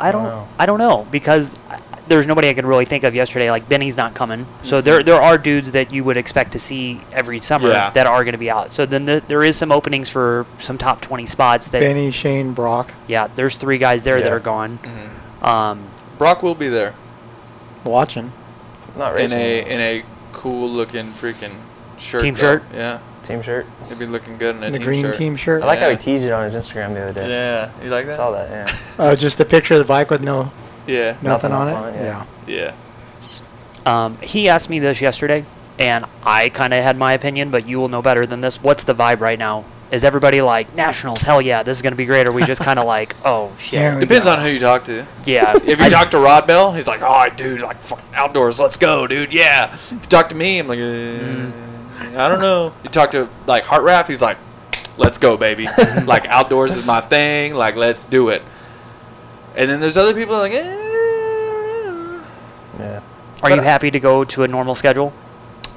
Speaker 2: I don't.
Speaker 4: Wow.
Speaker 2: I don't know because I- there's nobody I could really think of yesterday. Like Benny's not coming, so there there are dudes that you would expect to see every summer
Speaker 3: Yeah.
Speaker 2: that are going to be out. So then the, there is some openings for some top twenty spots. That
Speaker 1: Benny, Shane, Brock.
Speaker 2: yeah, there's three guys there that
Speaker 4: Yeah.
Speaker 2: are gone. Um,
Speaker 3: Brock will be there
Speaker 1: Watching.
Speaker 4: Not
Speaker 3: in
Speaker 4: racing.
Speaker 3: a in a cool looking freaking shirt.
Speaker 2: Team
Speaker 3: though.
Speaker 2: shirt?
Speaker 3: Yeah,
Speaker 4: team shirt.
Speaker 3: he'd be looking good in a
Speaker 1: The
Speaker 3: team
Speaker 1: green
Speaker 3: shirt.
Speaker 1: team shirt.
Speaker 4: I like how
Speaker 3: Yeah.
Speaker 4: he teased it on his Instagram the other day.
Speaker 3: Yeah, you like
Speaker 4: I
Speaker 3: that?
Speaker 4: saw that. Yeah.
Speaker 1: Uh, just the picture of the bike with no
Speaker 3: Yeah,
Speaker 1: nothing,
Speaker 4: Nothing
Speaker 1: on it.
Speaker 4: else on it, yeah.
Speaker 3: yeah.
Speaker 2: um, he asked me this yesterday, and I kind of had my opinion, but you will know better than this. What's the vibe right now? Is everybody like nationals? Hell yeah, this is going to be great. Or are we just kind of like, oh shit,
Speaker 1: There we
Speaker 3: Depends
Speaker 1: go.
Speaker 3: on who you talk to.
Speaker 2: yeah.
Speaker 3: If you talk to Rod Bell, he's like, "All right, dude, like fucking outdoors, let's go, dude, yeah." If you talk to me, I'm like, uh, "I don't know." You talk to like Hart Raff, he's like, "Let's go, baby, like outdoors is my thing, like let's do it." And then there's other people like, eh, I don't know."
Speaker 4: Yeah.
Speaker 2: are you happy to go to a normal schedule?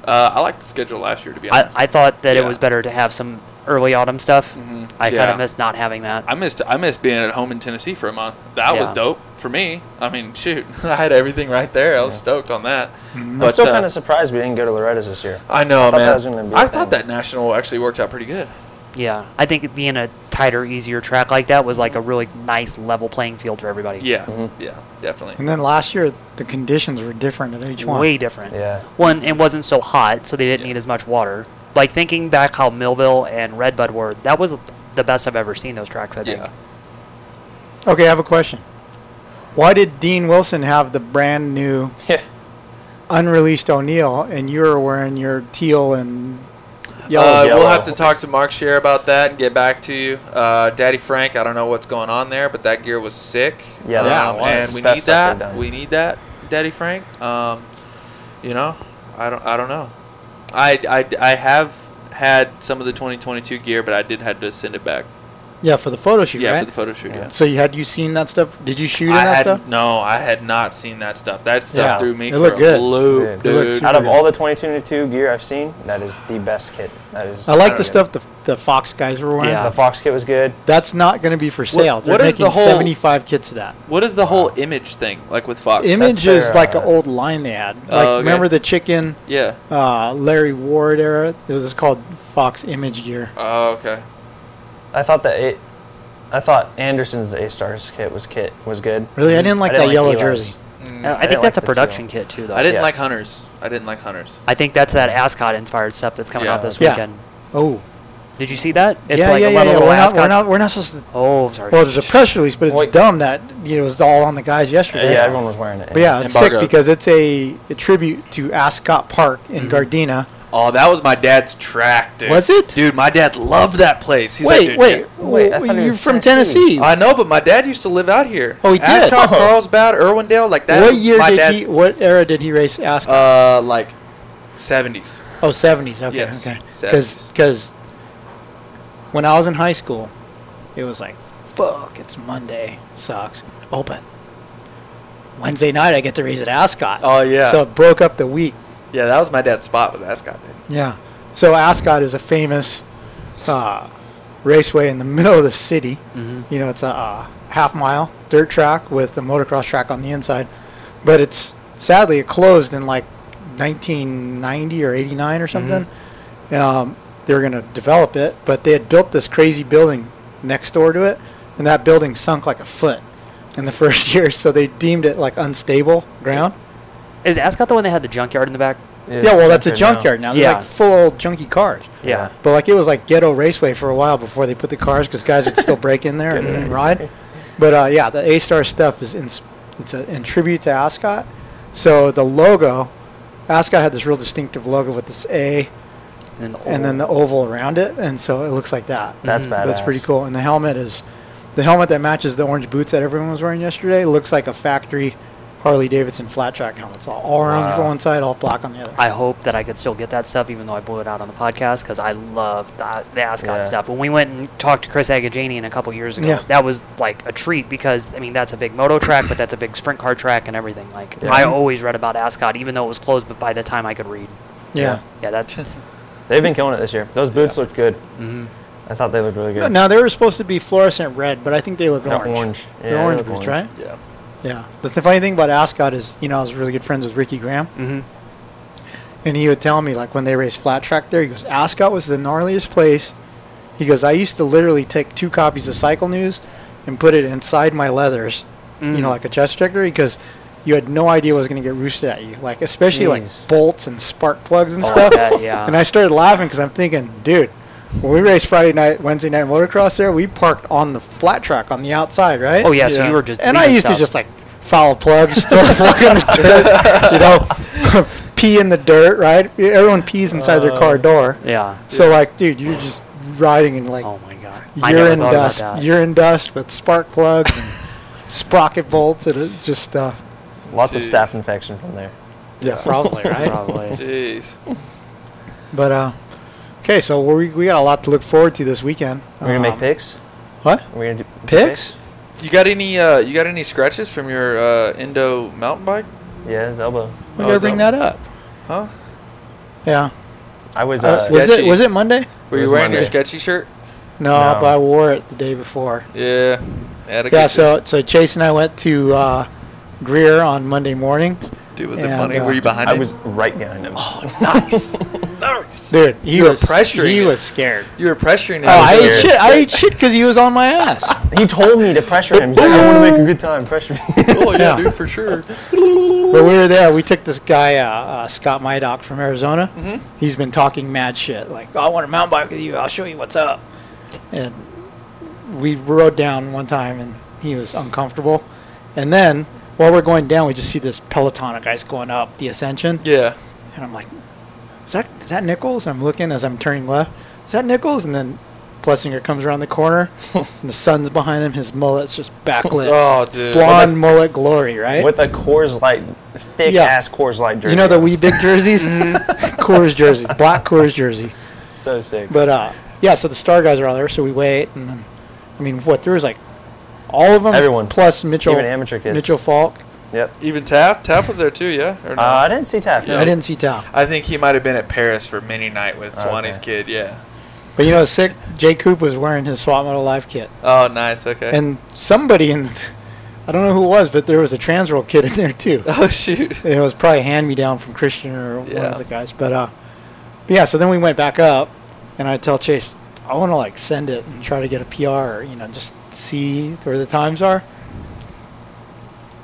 Speaker 3: Uh, I liked the schedule last year to be
Speaker 2: I,
Speaker 3: honest. I,
Speaker 2: I thought that it
Speaker 3: Yeah. Mm-hmm.
Speaker 2: was better to have some early autumn stuff. I kind
Speaker 3: Yeah.
Speaker 2: of miss not having that.
Speaker 3: missed I missed being at home in Tennessee for a month. That was
Speaker 2: Yeah.
Speaker 3: dope for me. I mean, shoot, I had everything right there. I was stoked on that.
Speaker 4: Mm-hmm. I'm still
Speaker 3: uh,
Speaker 4: kind of surprised we didn't go to Loretta's this year.
Speaker 3: I know,
Speaker 4: I thought
Speaker 3: man.
Speaker 4: that was gonna be a
Speaker 3: I thought
Speaker 4: thing.
Speaker 3: that national actually worked out pretty good.
Speaker 2: yeah, I think being a tighter, easier track like that was like a really nice level playing field for everybody.
Speaker 3: Yeah, yeah, definitely.
Speaker 1: And then last year, the conditions were different at each one.
Speaker 2: way different.
Speaker 4: Yeah.
Speaker 2: One, it wasn't so hot, so they didn't
Speaker 3: Yeah.
Speaker 2: need as much water. Like thinking back how Millville and Redbud were, that was the best I've ever seen those tracks. I think.
Speaker 3: Yeah,
Speaker 1: Okay, I have a question. Why did Dean Wilson have the brand new,
Speaker 4: Yeah.
Speaker 1: unreleased O'Neill, and you were wearing your teal and
Speaker 3: uh,
Speaker 1: yellow?
Speaker 3: we'll
Speaker 4: yellow.
Speaker 3: have to talk to Mark Share about that and get back to you. Uh, Daddy Frank, I don't know what's going on there, but that gear was sick.
Speaker 4: Yeah, that's
Speaker 3: um,
Speaker 4: one of
Speaker 3: and
Speaker 4: the
Speaker 3: we
Speaker 4: best
Speaker 3: need
Speaker 4: stuff they've
Speaker 3: that.
Speaker 4: done.
Speaker 3: We need that, Daddy Frank. Um, you know, I don't, I don't know. I, I, I have had some of the 2022 gear, but I did had to send it back.
Speaker 1: yeah, for the photo shoot,
Speaker 3: yeah,
Speaker 1: right?
Speaker 3: for the photo shoot. Yeah.
Speaker 1: so you had you seen that stuff? Did you shoot in
Speaker 3: I
Speaker 1: that
Speaker 3: had
Speaker 1: stuff?
Speaker 3: no, I had not seen that stuff. That
Speaker 1: Yeah.
Speaker 3: stuff threw me
Speaker 1: It
Speaker 3: for
Speaker 1: looked
Speaker 3: a
Speaker 1: good.
Speaker 3: loop,
Speaker 4: It looked
Speaker 3: dude.
Speaker 1: super-
Speaker 4: Out of all the 22 gear I've seen, that is the best kit. That is.
Speaker 1: I like the
Speaker 4: don't
Speaker 1: stuff the, the Fox guys were wearing.
Speaker 4: get it. The Fox kit was good.
Speaker 1: That's not going to be for sale. They're
Speaker 3: what is
Speaker 1: making
Speaker 3: the whole-
Speaker 1: 75 kits of that.
Speaker 3: What is the whole image thing like with Fox?
Speaker 1: Image
Speaker 4: their,
Speaker 1: is like
Speaker 4: uh,
Speaker 1: an old line they had.
Speaker 2: Oh,
Speaker 1: Like,
Speaker 3: okay.
Speaker 1: remember the chicken
Speaker 3: yeah.
Speaker 1: uh, Larry Ward era? It was called Fox Image Gear.
Speaker 3: Oh, okay.
Speaker 4: I thought that it. I thought Anderson's A Stars kit was kit was good.
Speaker 1: Really? I didn't like
Speaker 4: I
Speaker 1: that
Speaker 4: didn't like
Speaker 1: yellow
Speaker 4: Eli's.
Speaker 1: jersey.
Speaker 2: I, I
Speaker 4: didn't
Speaker 2: think
Speaker 4: like
Speaker 2: that's a
Speaker 4: the teal.
Speaker 2: production kit too, though.
Speaker 3: I didn't
Speaker 4: Yeah.
Speaker 3: like hunters. I didn't like hunters.
Speaker 2: I think that's that Ascot inspired stuff that's coming
Speaker 3: Yeah.
Speaker 2: out this
Speaker 1: Yeah.
Speaker 2: weekend.
Speaker 1: Oh.
Speaker 2: Did you see that? It's
Speaker 1: yeah,
Speaker 2: like
Speaker 1: yeah,
Speaker 2: a
Speaker 1: yeah,
Speaker 2: little
Speaker 1: yeah. We're, not,
Speaker 2: Ascot.
Speaker 1: we're, not, we're not supposed to.
Speaker 2: Oh, sorry.
Speaker 1: Well, there's a press release, but it's
Speaker 4: Wait.
Speaker 1: dumb that you know, it was all on the guys yesterday.
Speaker 4: Uh, Yeah, everyone was wearing it.
Speaker 1: But yeah, it's
Speaker 3: Embargo.
Speaker 1: sick because it's a, a tribute to Ascot Park in
Speaker 4: Mm-hmm.
Speaker 1: Gardena.
Speaker 3: Oh, that was my dad's track, dude.
Speaker 1: Was it?
Speaker 3: Dude, my dad loved that place. He's like,
Speaker 1: wait,
Speaker 3: dude,
Speaker 1: wait,
Speaker 4: Wait, I
Speaker 1: wh-
Speaker 4: thought it
Speaker 1: you're
Speaker 4: was
Speaker 1: from Tennessee.
Speaker 4: Tennessee.
Speaker 3: yeah. I know, but my dad used to live out here.
Speaker 1: Oh, he did?
Speaker 3: Ascot,
Speaker 1: Oh.
Speaker 3: Carlsbad, Irwindale, like that.
Speaker 1: what year
Speaker 3: my
Speaker 1: did
Speaker 3: dad's,
Speaker 1: he? What era did he race Ascot?
Speaker 3: Uh, like Seventies.
Speaker 1: Oh, 70s. Okay,
Speaker 3: Yes,
Speaker 1: okay.
Speaker 3: 70s.
Speaker 1: Because when I was in high school, it was like, fuck, it's Monday. Sucks. Oh, but Wednesday night I get to raise at Ascot.
Speaker 3: Oh yeah.
Speaker 1: So it broke up the week.
Speaker 3: yeah, that was my dad's spot was Ascot. Day.
Speaker 1: Yeah. So Ascot is a famous uh, raceway in the middle of the city. You know, it's a uh, half mile dirt track with a motocross track on the inside. But it's sadly it closed in like 1990 or 89 or something. Um, they were going to develop it, but they had built this crazy building next door to it, and that building sunk like a foot in the first year, so they deemed it like unstable ground.
Speaker 2: Is Ascot the one that had the junkyard in the back?
Speaker 1: Yeah, well, that's a junkyard Mm-hmm. now. They're
Speaker 2: Yeah.
Speaker 1: like full old junky cars.
Speaker 2: Yeah.
Speaker 1: But like it was like ghetto raceway for a while before they put the cars because guys would still break in there and, and ride. But uh, yeah, the A Star stuff is in, it's a, in tribute to Ascot. So the logo, Ascot had this real distinctive logo with this A
Speaker 2: And then,
Speaker 1: and then the oval around it, and so it looks like that.
Speaker 4: That's badass.
Speaker 1: That's pretty cool. And the helmet is the helmet that matches the orange boots that everyone was wearing yesterday. Looks like a factory Harley Davidson flat track helmet. It's all orange on one side, all black on the other.
Speaker 2: I hope that I could still get that stuff, even though I blew it out on the podcast, because I love the, the Ascot
Speaker 4: Yeah.
Speaker 2: stuff. When we went and talked to Chris Agajanian a couple years ago,
Speaker 1: Yeah.
Speaker 2: that was like a treat because I mean that's a big moto track, but that's a big sprint car track and everything. Like I always read about Ascot, even though it was closed, but by the time I could read,
Speaker 1: yeah.
Speaker 2: yeah, that's
Speaker 4: They've been killing it this year. Those boots look good. I thought they looked really good.
Speaker 1: Now they were supposed to be fluorescent red, but I think they look
Speaker 4: They're
Speaker 1: orange.
Speaker 4: orange.
Speaker 1: They're
Speaker 4: Yeah, they
Speaker 1: orange
Speaker 4: look
Speaker 1: boots,
Speaker 4: orange.
Speaker 1: right?
Speaker 3: Yeah.
Speaker 1: Yeah. The th- funny thing about Ascot is, you know, I was really good friends with Ricky Graham,
Speaker 2: Mhm.
Speaker 1: and he would tell me like when they raced flat track there, he goes, Ascot was the gnarliest place. He goes, I used to literally take two copies of Cycle News and put it inside my leathers, you
Speaker 2: Mm.
Speaker 1: know, like a chest protector, because you had no idea what was going to get roosted at you, like especially like
Speaker 4: Jeez.
Speaker 1: bolts and spark plugs and stuff.
Speaker 2: that, Oh, yeah.
Speaker 1: And I started laughing because I'm thinking, dude, when we raced Friday night, Wednesday night motocross there, we parked on the flat track on the outside, right?
Speaker 2: oh yeah, So you were just
Speaker 1: and I
Speaker 2: leaving
Speaker 1: used
Speaker 2: stuff.
Speaker 1: to just like foul plug, still plug in the dirt, you know, pee in the dirt, right? Everyone pees inside their car door.
Speaker 2: Uh, yeah.
Speaker 1: So like, dude, you're just riding in like
Speaker 2: Oh my god, I never
Speaker 1: urine
Speaker 2: thought
Speaker 1: dust,
Speaker 2: about that.
Speaker 1: urine dust with spark plugs and sprocket bolts and it just uh,
Speaker 4: Lots of
Speaker 3: Jeez.
Speaker 4: staph infection from there.
Speaker 1: yeah, probably right.
Speaker 2: Probably.
Speaker 3: Jeez.
Speaker 1: But uh, okay, so we we got a lot to look forward to this weekend.
Speaker 4: We're gonna
Speaker 1: Um,
Speaker 4: make picks.
Speaker 2: Oh,
Speaker 1: what
Speaker 4: We're gonna do do
Speaker 1: picks?
Speaker 3: You got any? Uh, you got any scratches from your uh, Indo mountain bike?
Speaker 4: Yeah, his elbow.
Speaker 1: We
Speaker 3: Oh,
Speaker 1: gotta
Speaker 3: is
Speaker 1: bring
Speaker 3: that-
Speaker 1: that up.
Speaker 3: Huh?
Speaker 1: Yeah.
Speaker 4: I was.
Speaker 1: Uh,
Speaker 4: Uh,
Speaker 1: was it
Speaker 3: sketchy.
Speaker 1: was it Monday?
Speaker 3: Were
Speaker 4: It
Speaker 3: you
Speaker 4: was
Speaker 3: wearing your
Speaker 4: Monday.
Speaker 3: sketchy shirt?
Speaker 1: No,
Speaker 4: No.
Speaker 1: but I wore it the day before.
Speaker 3: Yeah. Had a
Speaker 1: Yeah,
Speaker 3: good-
Speaker 1: so so Chase and I went to uh, Greer on Monday morning.
Speaker 3: dude, was it
Speaker 1: and,
Speaker 3: funny?
Speaker 1: uh,
Speaker 3: Were you behind
Speaker 4: I
Speaker 3: it?
Speaker 4: was right behind him.
Speaker 1: Oh,
Speaker 3: nice. nice.
Speaker 1: Dude, he
Speaker 3: You were
Speaker 1: was
Speaker 3: pressuring
Speaker 1: He
Speaker 3: it.
Speaker 1: was scared.
Speaker 3: You were pressuring it.
Speaker 1: Oh, I ate
Speaker 4: scared.
Speaker 1: shit. I ate shit because he was on my ass.
Speaker 4: he told me to pressure him. He's like, I want to make a good time. Pressure me.
Speaker 3: oh yeah,
Speaker 1: Yeah.
Speaker 3: dude, for sure.
Speaker 1: But we were there. We took this guy, uh, uh, Scott Mydock from Arizona.
Speaker 3: Mm-hmm.
Speaker 1: He's been talking mad shit. Like, oh, I want a mountain bike with you. I'll show you what's up. And we rode down one time, and he was uncomfortable. And then while we're going down, we just see this peloton of guys going up the ascension.
Speaker 3: Yeah.
Speaker 1: And I'm like, is that is that Nichols? I'm looking as I'm turning left. Is that Nichols? And then Plessinger comes around the corner, and the sun's behind him. His mullet's just backlit,
Speaker 3: Oh, dude.
Speaker 1: blonde mullet glory, right?
Speaker 4: With a Coors Light, thick
Speaker 1: Yeah.
Speaker 4: ass Coors Light jersey. Mm-hmm.
Speaker 1: you know the
Speaker 4: on.
Speaker 1: wee big jerseys, Coors jersey, black Coors jersey.
Speaker 4: So sick.
Speaker 1: But uh, yeah, so the star guys are all there, so we wait, and then I mean, what there was like all of them,
Speaker 4: Everyone.
Speaker 1: plus Mitchell,
Speaker 4: Even amateur kids.
Speaker 1: Mitchell Falk.
Speaker 4: Yep.
Speaker 3: Even Taft. Taft was there too. Yeah. Or no?
Speaker 4: Uh, I didn't see Taff.
Speaker 1: I didn't see Tom,
Speaker 3: I think he might have been at Paris for mini night with Swanee's
Speaker 4: okay.
Speaker 3: kid. Yeah.
Speaker 1: but you know, it's sick. Jay Coop was wearing his SWAT Model Live kit.
Speaker 3: Oh, nice. Okay.
Speaker 1: and somebody in I don't know who it was, but there was a trans world kid in there too.
Speaker 3: oh shoot.
Speaker 1: It was probably hand me down from Christian or one
Speaker 3: Yeah.
Speaker 1: of the guys. But uh but yeah, so then we went back up and I tell Chase, I wanna like send it and try to get a PR or, you know, just see where the times are.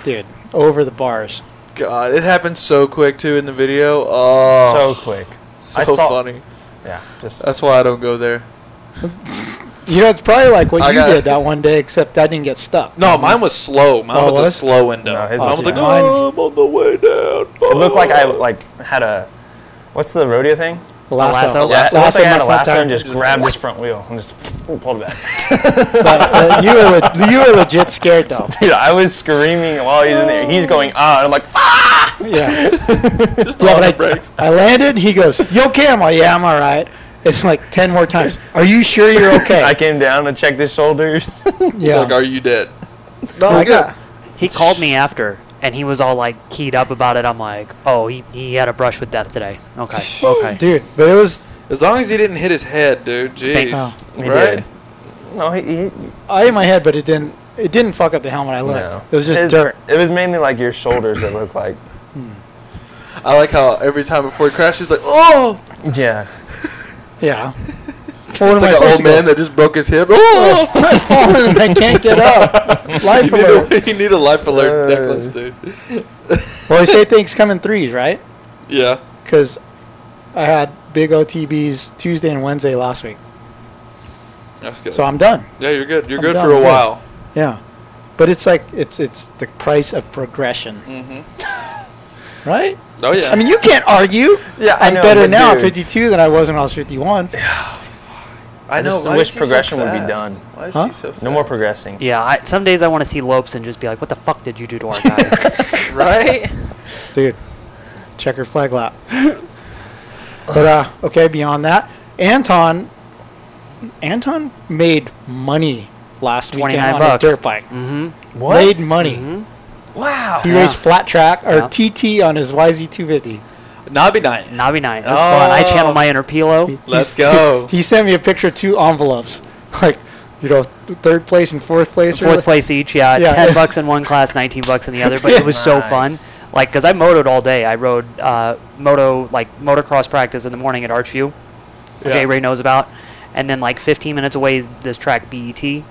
Speaker 1: Dude, over the bars.
Speaker 3: God, it happened so quick too in the video. Oh,
Speaker 4: So quick.
Speaker 3: so,
Speaker 4: I saw-
Speaker 3: funny.
Speaker 4: Yeah. Just
Speaker 3: That's why I don't go there.
Speaker 1: You know, it's probably like what
Speaker 3: I
Speaker 1: you
Speaker 3: got-
Speaker 1: did that one day, except I didn't get stuck.
Speaker 3: No, mine was slow. Mine
Speaker 1: Oh,
Speaker 3: was,
Speaker 1: it
Speaker 3: a
Speaker 1: was?
Speaker 3: slow window.
Speaker 4: Mm-hmm. No, his
Speaker 3: I
Speaker 4: was-
Speaker 3: was like,
Speaker 1: yeah. Mine-
Speaker 3: oh, I'm on the way down.
Speaker 4: it looked like
Speaker 1: Oh.
Speaker 4: I like had a. What's the rodeo thing?
Speaker 1: Lasso.
Speaker 2: lasso.
Speaker 4: Yeah, it looks like I had a
Speaker 1: front
Speaker 4: lasso
Speaker 1: tire.
Speaker 4: and just grabbed his front wheel and just pulled it back.
Speaker 1: Uh, you, were le- you were legit scared though.
Speaker 4: Dude, I was screaming while he's in there. He's going ah, and I'm like, ah!
Speaker 1: Oh. Yeah.
Speaker 3: Just
Speaker 1: Yeah, but
Speaker 3: on the
Speaker 1: I,
Speaker 3: brakes.
Speaker 1: I landed. He goes, "Yo, Cam." I'm like, yeah, I'm all right. It's like ten more times. Are you sure you're okay?
Speaker 4: I came down and checked his shoulders.
Speaker 1: yeah.
Speaker 3: Like, are you dead?
Speaker 1: No, I got-
Speaker 2: He called me after, and he was all like keyed up about it. I'm like, oh, he, he had a brush with death today. Okay, okay.
Speaker 1: dude. But it was.
Speaker 3: As long as he didn't hit his head, dude. Jeez.
Speaker 1: Oh.
Speaker 4: He
Speaker 3: right?
Speaker 4: did. No, he, he
Speaker 1: I hit my head, but it didn't. It didn't fuck up the helmet. I looked.
Speaker 4: no.
Speaker 1: It was just
Speaker 4: His-
Speaker 1: dirt.
Speaker 4: It was mainly like your shoulders that looked like.
Speaker 3: I like how every time before he crashes, he's like, oh!
Speaker 4: Yeah.
Speaker 1: Yeah. Well, what
Speaker 3: It's
Speaker 1: am I
Speaker 3: like an
Speaker 1: supposed
Speaker 3: old
Speaker 1: to
Speaker 3: man
Speaker 1: go?
Speaker 3: that just broke his hip. Oh!
Speaker 1: I'm falling and I can't get up. Life
Speaker 3: you,
Speaker 1: alert.
Speaker 3: need a, you need a life
Speaker 1: Uh.
Speaker 3: alert necklace, dude.
Speaker 1: Well, they say things come in threes, right?
Speaker 3: Yeah.
Speaker 1: Because I had big OTBs Tuesday and Wednesday last week,
Speaker 3: That's good.
Speaker 1: so I'm done.
Speaker 3: yeah, you're good. You're
Speaker 1: I'm
Speaker 3: good
Speaker 1: done,
Speaker 3: for a
Speaker 1: I'm good.
Speaker 3: while.
Speaker 1: Yeah, but it's like it's it's the price of progression, right?
Speaker 3: Oh, yeah.
Speaker 1: I mean, you can't argue.
Speaker 4: Yeah, I
Speaker 1: I'm
Speaker 4: know,
Speaker 1: better
Speaker 4: but
Speaker 1: now at
Speaker 4: dude.
Speaker 1: 52 than I was when I was 51.
Speaker 3: I know.
Speaker 4: just
Speaker 3: why
Speaker 4: wish
Speaker 3: is he
Speaker 4: progression
Speaker 3: so
Speaker 4: would be
Speaker 3: fast?
Speaker 4: done.
Speaker 3: Why is
Speaker 1: Huh?
Speaker 3: he so fast?
Speaker 4: No more progressing.
Speaker 2: Yeah, I, some days I want to see Lopes and just be like, what the fuck did you do to our guy?
Speaker 3: Right?
Speaker 1: Dude, checker flag lap. but, uh, okay, beyond that, Anton Anton made money last weekend
Speaker 2: 29
Speaker 1: on
Speaker 2: bucks. Mm-hmm.
Speaker 1: his dirt bike.
Speaker 4: What?
Speaker 1: Made money.
Speaker 3: Wow.
Speaker 1: He
Speaker 2: Yeah.
Speaker 1: raced flat track, or
Speaker 2: Yeah.
Speaker 1: TT on his YZ250.
Speaker 3: Nabi Night.
Speaker 2: Navi night. It was fun. I channeled my inner Pilo.
Speaker 3: Let's
Speaker 1: He's-
Speaker 3: go.
Speaker 1: He sent me a picture of two envelopes. Like, you know, th- third place and fourth place. or
Speaker 2: Fourth place each, yeah.
Speaker 1: Yeah.
Speaker 2: Ten bucks in one class, nineteen bucks in the other. But it was so fun,
Speaker 4: Nice.
Speaker 2: like because I motoed all day. I rode uh, moto like motocross practice in the morning at Archview. Jay Ray knows about, and then like 15 minutes away is this track BET,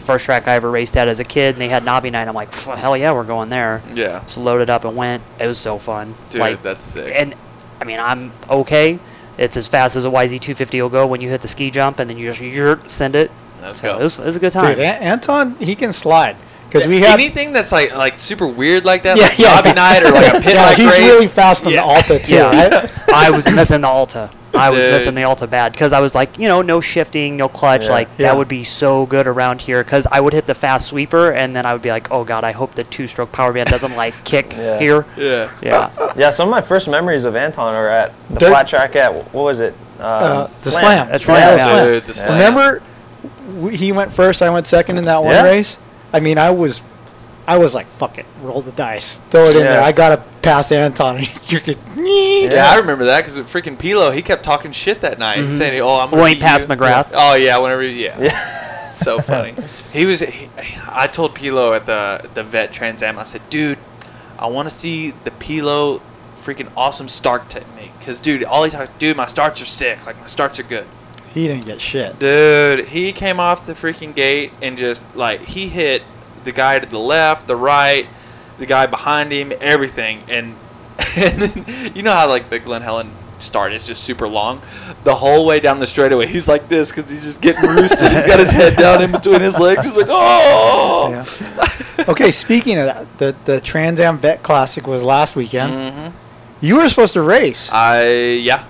Speaker 2: first track I ever raced at as a kid. And they had Nobby Night. I'm like, "Pff, hell yeah, we're going there.
Speaker 3: Yeah.
Speaker 2: So loaded up and went. It was so fun.
Speaker 3: Dude,
Speaker 2: like,
Speaker 3: that's sick.
Speaker 2: and I mean, I'm okay. It's as fast as a YZ250 will go when you hit the ski jump, and then you just yurt, send it.
Speaker 3: Let's
Speaker 2: So
Speaker 3: go.
Speaker 2: it was, it was a good time.
Speaker 1: Dude, An- Anton, he can slide. Because we had.
Speaker 3: Anything that's like like super weird like that,
Speaker 1: Yeah,
Speaker 3: like
Speaker 1: yeah.
Speaker 3: Nabi Night or like a pit
Speaker 1: yeah,
Speaker 3: like
Speaker 1: he's
Speaker 3: race.
Speaker 1: really fast on
Speaker 3: Yeah.
Speaker 1: the Alta, too.
Speaker 2: Yeah,
Speaker 1: right?
Speaker 2: I, I was missing the Alta. I was
Speaker 3: Dude.
Speaker 2: missing the Alta bad because I was like, you know, no shifting, no clutch.
Speaker 4: Yeah.
Speaker 2: Like
Speaker 1: Yeah.
Speaker 2: that would be so good around here because I would hit the fast sweeper and then I would be like, oh god, I hope the two-stroke power band doesn't like kick
Speaker 4: Yeah.
Speaker 2: here.
Speaker 3: Yeah.
Speaker 2: Yeah,
Speaker 4: Yeah, some of my first memories of Anton are at the
Speaker 1: Dirt-
Speaker 4: flat track at what was it? Um,
Speaker 1: Uh, the slam.
Speaker 2: That's
Speaker 1: Yeah,
Speaker 2: slam,
Speaker 1: the
Speaker 2: yeah.
Speaker 3: Dude, the slam.
Speaker 1: Remember, w- he went first. I went second in that one
Speaker 4: Yeah.
Speaker 1: race. I mean, I was, I was like, fuck it, roll the dice, throw it in
Speaker 4: Yeah.
Speaker 1: there. I gotta pass Anton. you could.
Speaker 3: Yeah, I remember that because freaking Pilo, he kept talking shit that night, saying, "Oh, I'm." gonna
Speaker 2: When he
Speaker 3: beat
Speaker 2: passed
Speaker 3: you."
Speaker 2: McGrath.
Speaker 3: Oh yeah, whenever yeah. so funny. He was. He, I told Pilo at the the vet Trans Am. I said, "Dude, I want to see the Pilo freaking awesome Stark technique." Because dude, all he talked, dude, my starts are sick. Like my starts are good.
Speaker 1: He didn't get shit.
Speaker 3: Dude, he came off the freaking gate and just like he hit the guy to the left, the right, the guy behind him, everything. And and then, you know how like the Glen Helen start is just super long. The whole way down the straightaway, he's like this because he's just getting roosted. he's got his head down in between his legs. He's like, oh.
Speaker 1: Yeah. okay, speaking of that, the the Trans Am Vet Classic was last weekend. You were supposed to race.
Speaker 3: I yeah.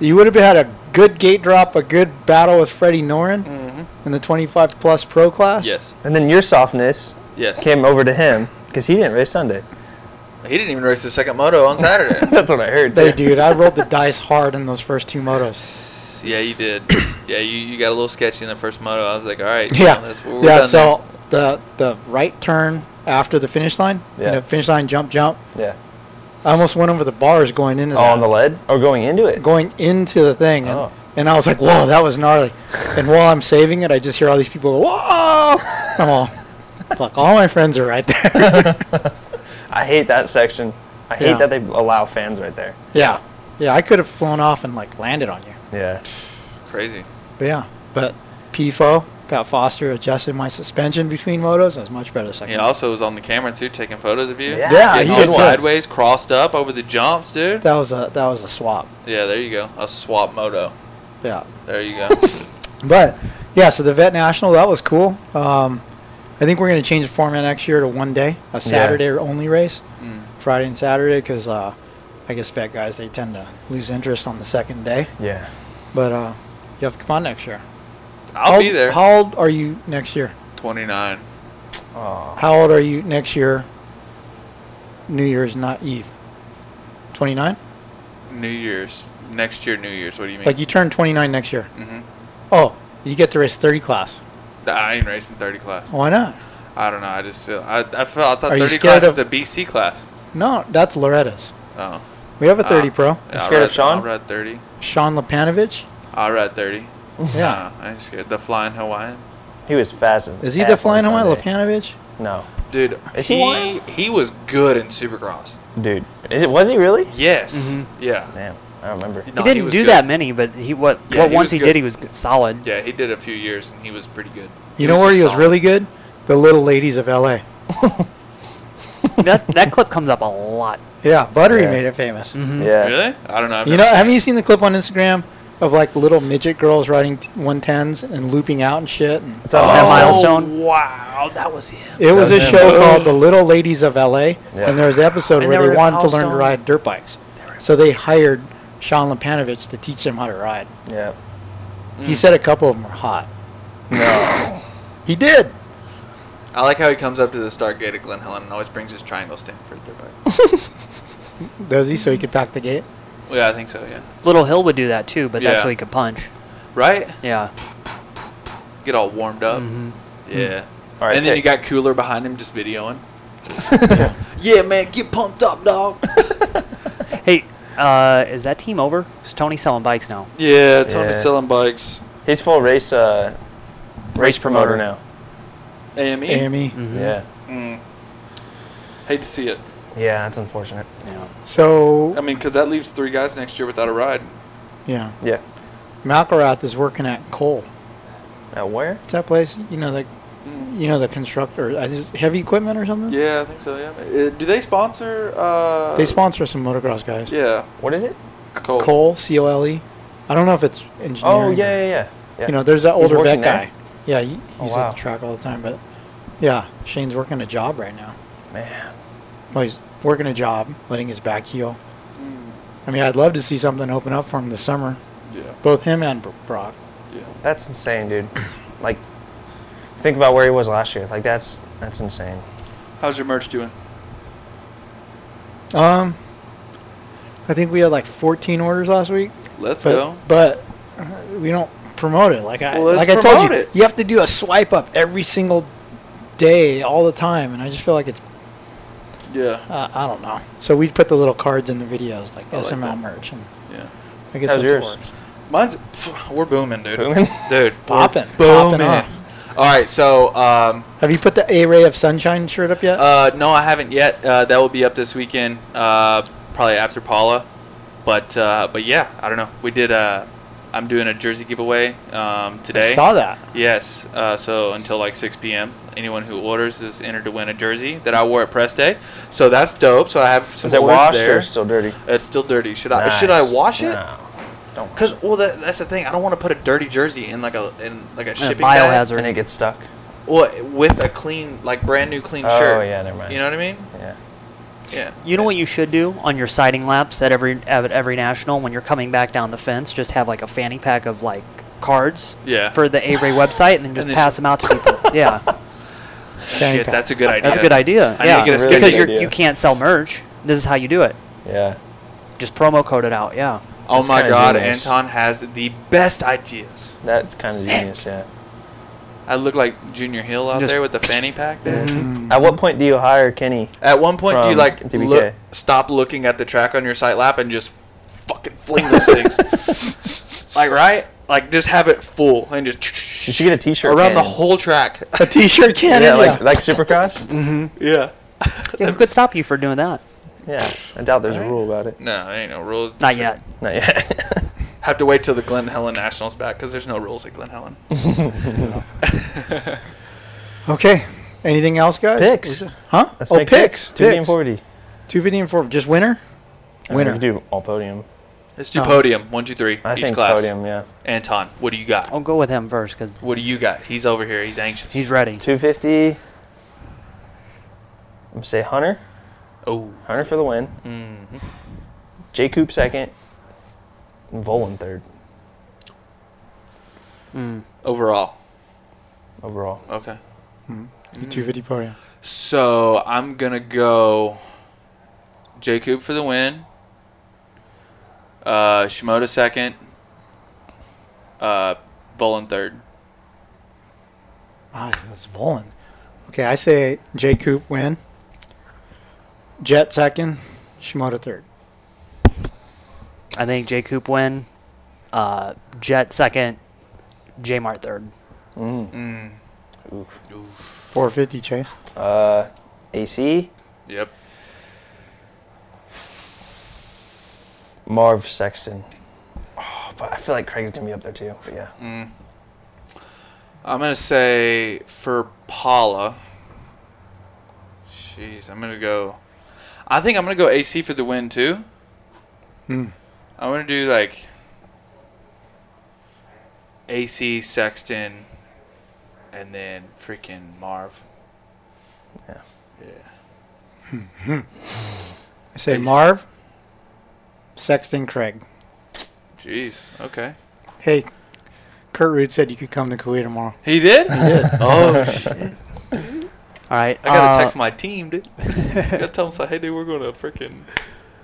Speaker 1: You would have had a good gate drop, a good battle with Freddie Norin in the 25 plus pro class.
Speaker 3: Yes.
Speaker 4: And then your softness
Speaker 3: Yes.
Speaker 4: came over to him because he didn't race Sunday.
Speaker 3: He didn't even race the second moto on Saturday.
Speaker 4: That's what I heard.
Speaker 1: They,
Speaker 4: too.
Speaker 1: dude, I rolled the dice hard in those first two motos.
Speaker 3: yeah, you did. Yeah, you, you got a little sketchy in the first moto. I was like, all right.
Speaker 1: Yeah,
Speaker 3: that's what we're
Speaker 1: yeah.
Speaker 3: done
Speaker 1: So the the right turn after the finish line,
Speaker 4: Yeah.
Speaker 1: you know, finish line jump jump.
Speaker 4: Yeah.
Speaker 1: I almost went over the bars going into
Speaker 4: Oh,
Speaker 1: that,
Speaker 4: on the lead or going into it.
Speaker 1: going into the thing, and,
Speaker 4: Oh.
Speaker 1: and I was like, "Whoa, that was gnarly!" and while I'm saving it, I just hear all these people go, "Whoa!" I'm all, "Fuck!" All my friends are right there.
Speaker 4: I hate that section. I hate
Speaker 1: Yeah.
Speaker 4: that they allow fans right there.
Speaker 1: yeah, yeah. I could have flown off and like landed on you,
Speaker 4: Yeah.
Speaker 3: there. Crazy.
Speaker 1: but yeah. But PFO, Pat Foster adjusted my suspension between motos. I was much better second.
Speaker 3: He also was on the camera too, taking photos of you.
Speaker 4: Yeah,
Speaker 1: Yeah,
Speaker 3: Getting
Speaker 1: he
Speaker 3: all
Speaker 1: did
Speaker 4: was.
Speaker 3: sideways, crossed up over the jumps, dude.
Speaker 1: That was a that was a swap.
Speaker 3: Yeah, there you go. A swap moto.
Speaker 1: Yeah.
Speaker 3: There you go.
Speaker 1: But yeah, so the Vet National that was cool. Um, I think we're going to change the format next year to one day, a Saturday only race,
Speaker 3: Mm.
Speaker 1: Friday and Saturday, because uh, I guess vet guys they tend to lose interest on the second day.
Speaker 4: Yeah.
Speaker 1: But uh, you have to come on next year.
Speaker 3: I'll
Speaker 1: How-
Speaker 3: be there.
Speaker 1: How old are you next year?
Speaker 3: 29. Oh.
Speaker 1: How old are you next year? New Year's not Eve. 29?
Speaker 3: New Year's next year. New Year's. What do you mean?
Speaker 1: Like you turn 29 next year.
Speaker 3: Mhm.
Speaker 1: Oh, you get to race 30 class.
Speaker 3: I ain't racing thirty class.
Speaker 1: Why not?
Speaker 3: I don't know. I just feel. I, I feel. I thought
Speaker 1: Are you
Speaker 3: thirty
Speaker 1: scared
Speaker 3: class is a
Speaker 1: of-
Speaker 3: BC class.
Speaker 1: No, that's Loretta's.
Speaker 3: Oh.
Speaker 1: We have a 30
Speaker 3: Ah.
Speaker 1: pro.
Speaker 3: Yeah, I
Speaker 4: scared of
Speaker 3: ride-
Speaker 4: Sean?
Speaker 3: I ride thirty.
Speaker 1: Sean Lepanovich.
Speaker 3: I ride thirty.
Speaker 1: Yeah.
Speaker 3: Nah, I ain't scared. The flying Hawaiian.
Speaker 4: He was fast as
Speaker 1: Is he
Speaker 4: F
Speaker 1: the
Speaker 4: on
Speaker 1: flying Hawaiian
Speaker 4: Sunday.
Speaker 1: Lepanovich?
Speaker 4: No,
Speaker 3: Dude,
Speaker 4: Is he
Speaker 3: he
Speaker 4: Hawaiian?
Speaker 3: he was good in Supercross.
Speaker 4: dude. Is it? Was he really?
Speaker 3: Yes.
Speaker 1: Mm-hmm.
Speaker 3: Yeah.
Speaker 4: Damn, I don't remember.
Speaker 3: No,
Speaker 2: he didn't
Speaker 3: was
Speaker 2: do
Speaker 3: good.
Speaker 2: that many, but he what
Speaker 3: Yeah,
Speaker 2: what
Speaker 3: he
Speaker 2: once
Speaker 3: was
Speaker 2: he
Speaker 3: good.
Speaker 2: did, he was g- solid.
Speaker 3: Yeah, he did a few years and he was pretty good.
Speaker 1: You know where
Speaker 3: just
Speaker 1: he was
Speaker 3: solid.
Speaker 1: really good? The Little Ladies of LA.
Speaker 2: that that clip comes up a lot.
Speaker 1: Yeah, Buttery
Speaker 4: Yeah.
Speaker 1: made it famous.
Speaker 4: Yeah.
Speaker 3: Really? I don't know. I've
Speaker 1: You
Speaker 3: never
Speaker 1: know,
Speaker 3: seen
Speaker 1: haven't
Speaker 3: it.
Speaker 1: you seen the clip on Instagram of like little midget girls riding t- 110s and looping out and shit? And
Speaker 4: It's on
Speaker 2: That
Speaker 4: Amazon.
Speaker 2: milestone.
Speaker 3: Oh, Wow, that was him.
Speaker 1: it was a
Speaker 4: Goddamn.
Speaker 1: show called The Little Ladies of LA,
Speaker 4: Yeah.
Speaker 1: and there was an episode
Speaker 2: And
Speaker 1: where
Speaker 2: they
Speaker 1: they
Speaker 2: were
Speaker 1: wanted to
Speaker 2: milestone.
Speaker 1: learn to ride dirt bikes. So they hired Sean Lepanovich to teach them how to ride.
Speaker 4: Yeah.
Speaker 1: He said a couple of them were hot. he did.
Speaker 3: I like how he comes up to the Stargate at Glen Helen and always brings his triangle stand for his dirt bike.
Speaker 1: Does he? So he could pack the gate.
Speaker 3: yeah, I think so. Yeah.
Speaker 2: Little Hill would do that too, but that's
Speaker 3: Yeah.
Speaker 2: how he could punch.
Speaker 3: Right.
Speaker 2: Yeah.
Speaker 3: Get all warmed up.
Speaker 1: Mm-hmm.
Speaker 3: Yeah.
Speaker 4: All right,
Speaker 3: Hmm. and then
Speaker 4: pick.
Speaker 3: you got Cooler behind him just videoing. yeah, man, get pumped up, dog.
Speaker 2: Hey, uh, is that team over? Is Tony selling bikes now?
Speaker 3: Yeah, Tony's
Speaker 4: Yeah.
Speaker 3: selling bikes.
Speaker 4: He's full race uh, race promoter,
Speaker 2: promoter.
Speaker 4: now.
Speaker 3: AME.
Speaker 1: AME.
Speaker 3: Mm-hmm.
Speaker 4: Yeah.
Speaker 3: E? Hate to see it.
Speaker 4: Yeah, that's unfortunate.
Speaker 2: Yeah.
Speaker 3: I
Speaker 1: So
Speaker 3: mean, because that leaves three guys next year without a ride.
Speaker 1: yeah,
Speaker 4: Yeah.
Speaker 1: Malkarath is working at Cole.
Speaker 4: At where?
Speaker 1: What's that place? You know the,
Speaker 4: Mm.
Speaker 1: you know the constructor. uh, Is it heavy equipment or something?
Speaker 3: Yeah, I think so. Yeah. Uh, do they sponsor? Uh,
Speaker 1: They sponsor some motocross guys.
Speaker 3: Yeah.
Speaker 4: What is it?
Speaker 3: Cole.
Speaker 1: Cole C O L E. I don't know if it's engineering.
Speaker 4: Oh
Speaker 1: or-
Speaker 4: yeah, yeah, yeah. yeah.
Speaker 1: You know, there's that
Speaker 4: He's
Speaker 1: older vet
Speaker 4: working there?
Speaker 1: guy. Yeah, he, he's
Speaker 4: Oh,
Speaker 1: at
Speaker 4: wow.
Speaker 1: the track all the time. But yeah, Shane's working a job right now.
Speaker 4: man.
Speaker 1: Well, he's working a job, letting his back heal.
Speaker 4: Mm.
Speaker 1: I mean, I'd love to see something open up for him this summer.
Speaker 3: Yeah.
Speaker 1: Both him and Bro- Brock.
Speaker 3: Yeah.
Speaker 4: That's insane, dude. Like, think about where he was last year. Like, that's that's insane.
Speaker 3: How's your merch doing?
Speaker 1: Um, I think we had like 14 orders last week.
Speaker 3: Let's
Speaker 1: but,
Speaker 3: go.
Speaker 1: But uh, we don't promote it like I
Speaker 3: Well, let's
Speaker 1: like I told you.
Speaker 3: promote it.
Speaker 1: You have to do a swipe up every single day, all the time, and I just feel like it's
Speaker 3: Yeah.
Speaker 1: uh, I don't know. So we put the little cards in the videos like
Speaker 3: like
Speaker 1: SML
Speaker 3: that.
Speaker 1: merch, and
Speaker 3: Yeah.
Speaker 1: I guess
Speaker 4: How's
Speaker 1: that's
Speaker 4: yours?
Speaker 1: yours?
Speaker 3: Mine's pff, we're booming, dude.
Speaker 4: Booming?
Speaker 3: dude. we're
Speaker 1: Popping,
Speaker 3: Booming.
Speaker 1: popping off.
Speaker 3: All right. So, um,
Speaker 1: Have you put the A Ray of Sunshine shirt up yet?
Speaker 3: uh, no, I haven't yet. Uh, that will be up this weekend, uh, probably after Paula. But uh, but yeah, I don't know. We did. Uh, I'm doing a jersey giveaway um, today.
Speaker 1: I saw that.
Speaker 3: Yes. Uh, so until like 6 p.m., anyone who orders is entered to win a jersey that I wore at press day. So that's dope. So I have some
Speaker 4: Is it
Speaker 3: orders
Speaker 4: washed
Speaker 3: there.
Speaker 4: or still dirty?
Speaker 3: it's still dirty. Should I should I
Speaker 4: Nice.
Speaker 3: wash it?
Speaker 4: No. Don't. Wash it.
Speaker 3: Cause well, that, that's the thing. I don't want to put a dirty jersey in like a in like a shipping bag.
Speaker 2: biohazard.
Speaker 4: Then it gets stuck.
Speaker 3: Well, with a clean, like brand new clean
Speaker 4: Oh,
Speaker 3: shirt.
Speaker 4: yeah, never mind.
Speaker 3: You know what I mean?
Speaker 4: Yeah.
Speaker 3: Yeah.
Speaker 2: You know what you should do on your siding laps at every at every national when you're coming back down the fence, just have like a fanny pack of like cards
Speaker 3: Yeah.
Speaker 2: for the A-Ray website and then just
Speaker 3: then
Speaker 2: pass them out to people. yeah.
Speaker 1: Fanny
Speaker 3: Shit,
Speaker 1: pack.
Speaker 3: that's a good idea.
Speaker 2: That's a good idea.
Speaker 3: I need
Speaker 2: yeah.
Speaker 3: to get a
Speaker 4: Really
Speaker 2: because
Speaker 4: good
Speaker 2: you're,
Speaker 4: idea.
Speaker 2: you can't sell merch. This is how you do it.
Speaker 4: Yeah.
Speaker 2: Just promo code it out. Yeah.
Speaker 3: Oh
Speaker 4: That's
Speaker 3: my
Speaker 4: kinda
Speaker 3: god,
Speaker 4: genius.
Speaker 3: Anton has the best ideas.
Speaker 4: That's kind of genius. Yeah.
Speaker 3: I look like Junior Hill out
Speaker 2: Just- Mm-hmm.
Speaker 3: there with the fanny pack. Dude.
Speaker 4: At what point do you hire Kenny?
Speaker 3: At one point, do you
Speaker 4: From
Speaker 3: like
Speaker 4: DBK.
Speaker 3: look, stop looking at the track on your site lap and just fucking fling those things? like right? Like just have it full and just.
Speaker 4: You should get a T-shirt
Speaker 3: around the
Speaker 4: cannon.
Speaker 3: whole track.
Speaker 1: A T-shirt cannon.
Speaker 4: Yeah,
Speaker 1: Yeah,
Speaker 4: like like
Speaker 3: Mm-hmm.
Speaker 4: Supercross.
Speaker 3: yeah.
Speaker 2: yeah. Who could stop you for doing that?
Speaker 4: yeah. I doubt there's a rule about it.
Speaker 3: No, ain't no rules.
Speaker 2: Not yet.
Speaker 4: Not yet.
Speaker 3: Have to wait till the Glen Helen Nationals back because there's no rules at Glen Helen.
Speaker 1: okay. Anything else, guys?
Speaker 4: Picks.
Speaker 1: Huh?
Speaker 4: Let's
Speaker 1: oh,
Speaker 4: make picks.
Speaker 1: picks.
Speaker 4: Two game
Speaker 1: Picks.
Speaker 4: forty.
Speaker 1: 250 and 4. Just winner? Winner.
Speaker 4: We could do all podium.
Speaker 3: Let's do
Speaker 1: No.
Speaker 3: podium. One, two, three.
Speaker 4: I
Speaker 3: each
Speaker 4: think
Speaker 3: class.
Speaker 4: podium. Yeah.
Speaker 3: Anton, what do you got?
Speaker 2: I'll go with him first because
Speaker 3: What do you got? He's over here. He's anxious.
Speaker 2: he's ready.
Speaker 4: Two fifty. I'm gonna say Hunter.
Speaker 3: oh,
Speaker 4: Hunter for the win. Mm-hmm. J Coop second. And Volan third
Speaker 3: overall.
Speaker 4: overall.
Speaker 3: Okay. Mm-hmm.
Speaker 1: 250 podium.
Speaker 3: So I'm gonna go. Jacob for the win. uh, Shimoda second, uh, Volan third.
Speaker 1: Ah, that's Volan. Okay, I say J. Coop win. Jet second, Shimoda third.
Speaker 2: I think J. Coop win, uh, Jet second, J. Mart third.
Speaker 3: Mm.
Speaker 1: 450 Chase.
Speaker 4: Uh, AC
Speaker 3: Yep.
Speaker 4: Marv Sexton. Oh, but I feel like Craig's gonna be up there too. But yeah,
Speaker 3: I'm gonna say for Paula. Jeez, I'm gonna go. I think I'm gonna go AC for the win too. Hmm. I'm gonna do like AC Sexton, and then freaking Marv.
Speaker 4: Yeah.
Speaker 3: Yeah.
Speaker 1: I say Marv, Sexton, Craig.
Speaker 3: Jeez. Okay.
Speaker 1: Hey, Kurt Root said you could come to Kuwait tomorrow.
Speaker 3: He did. oh shit.
Speaker 2: All right.
Speaker 3: I
Speaker 2: uh,
Speaker 3: gotta text my team, dude. I gotta tell them, say, hey, dude, we're gonna freaking.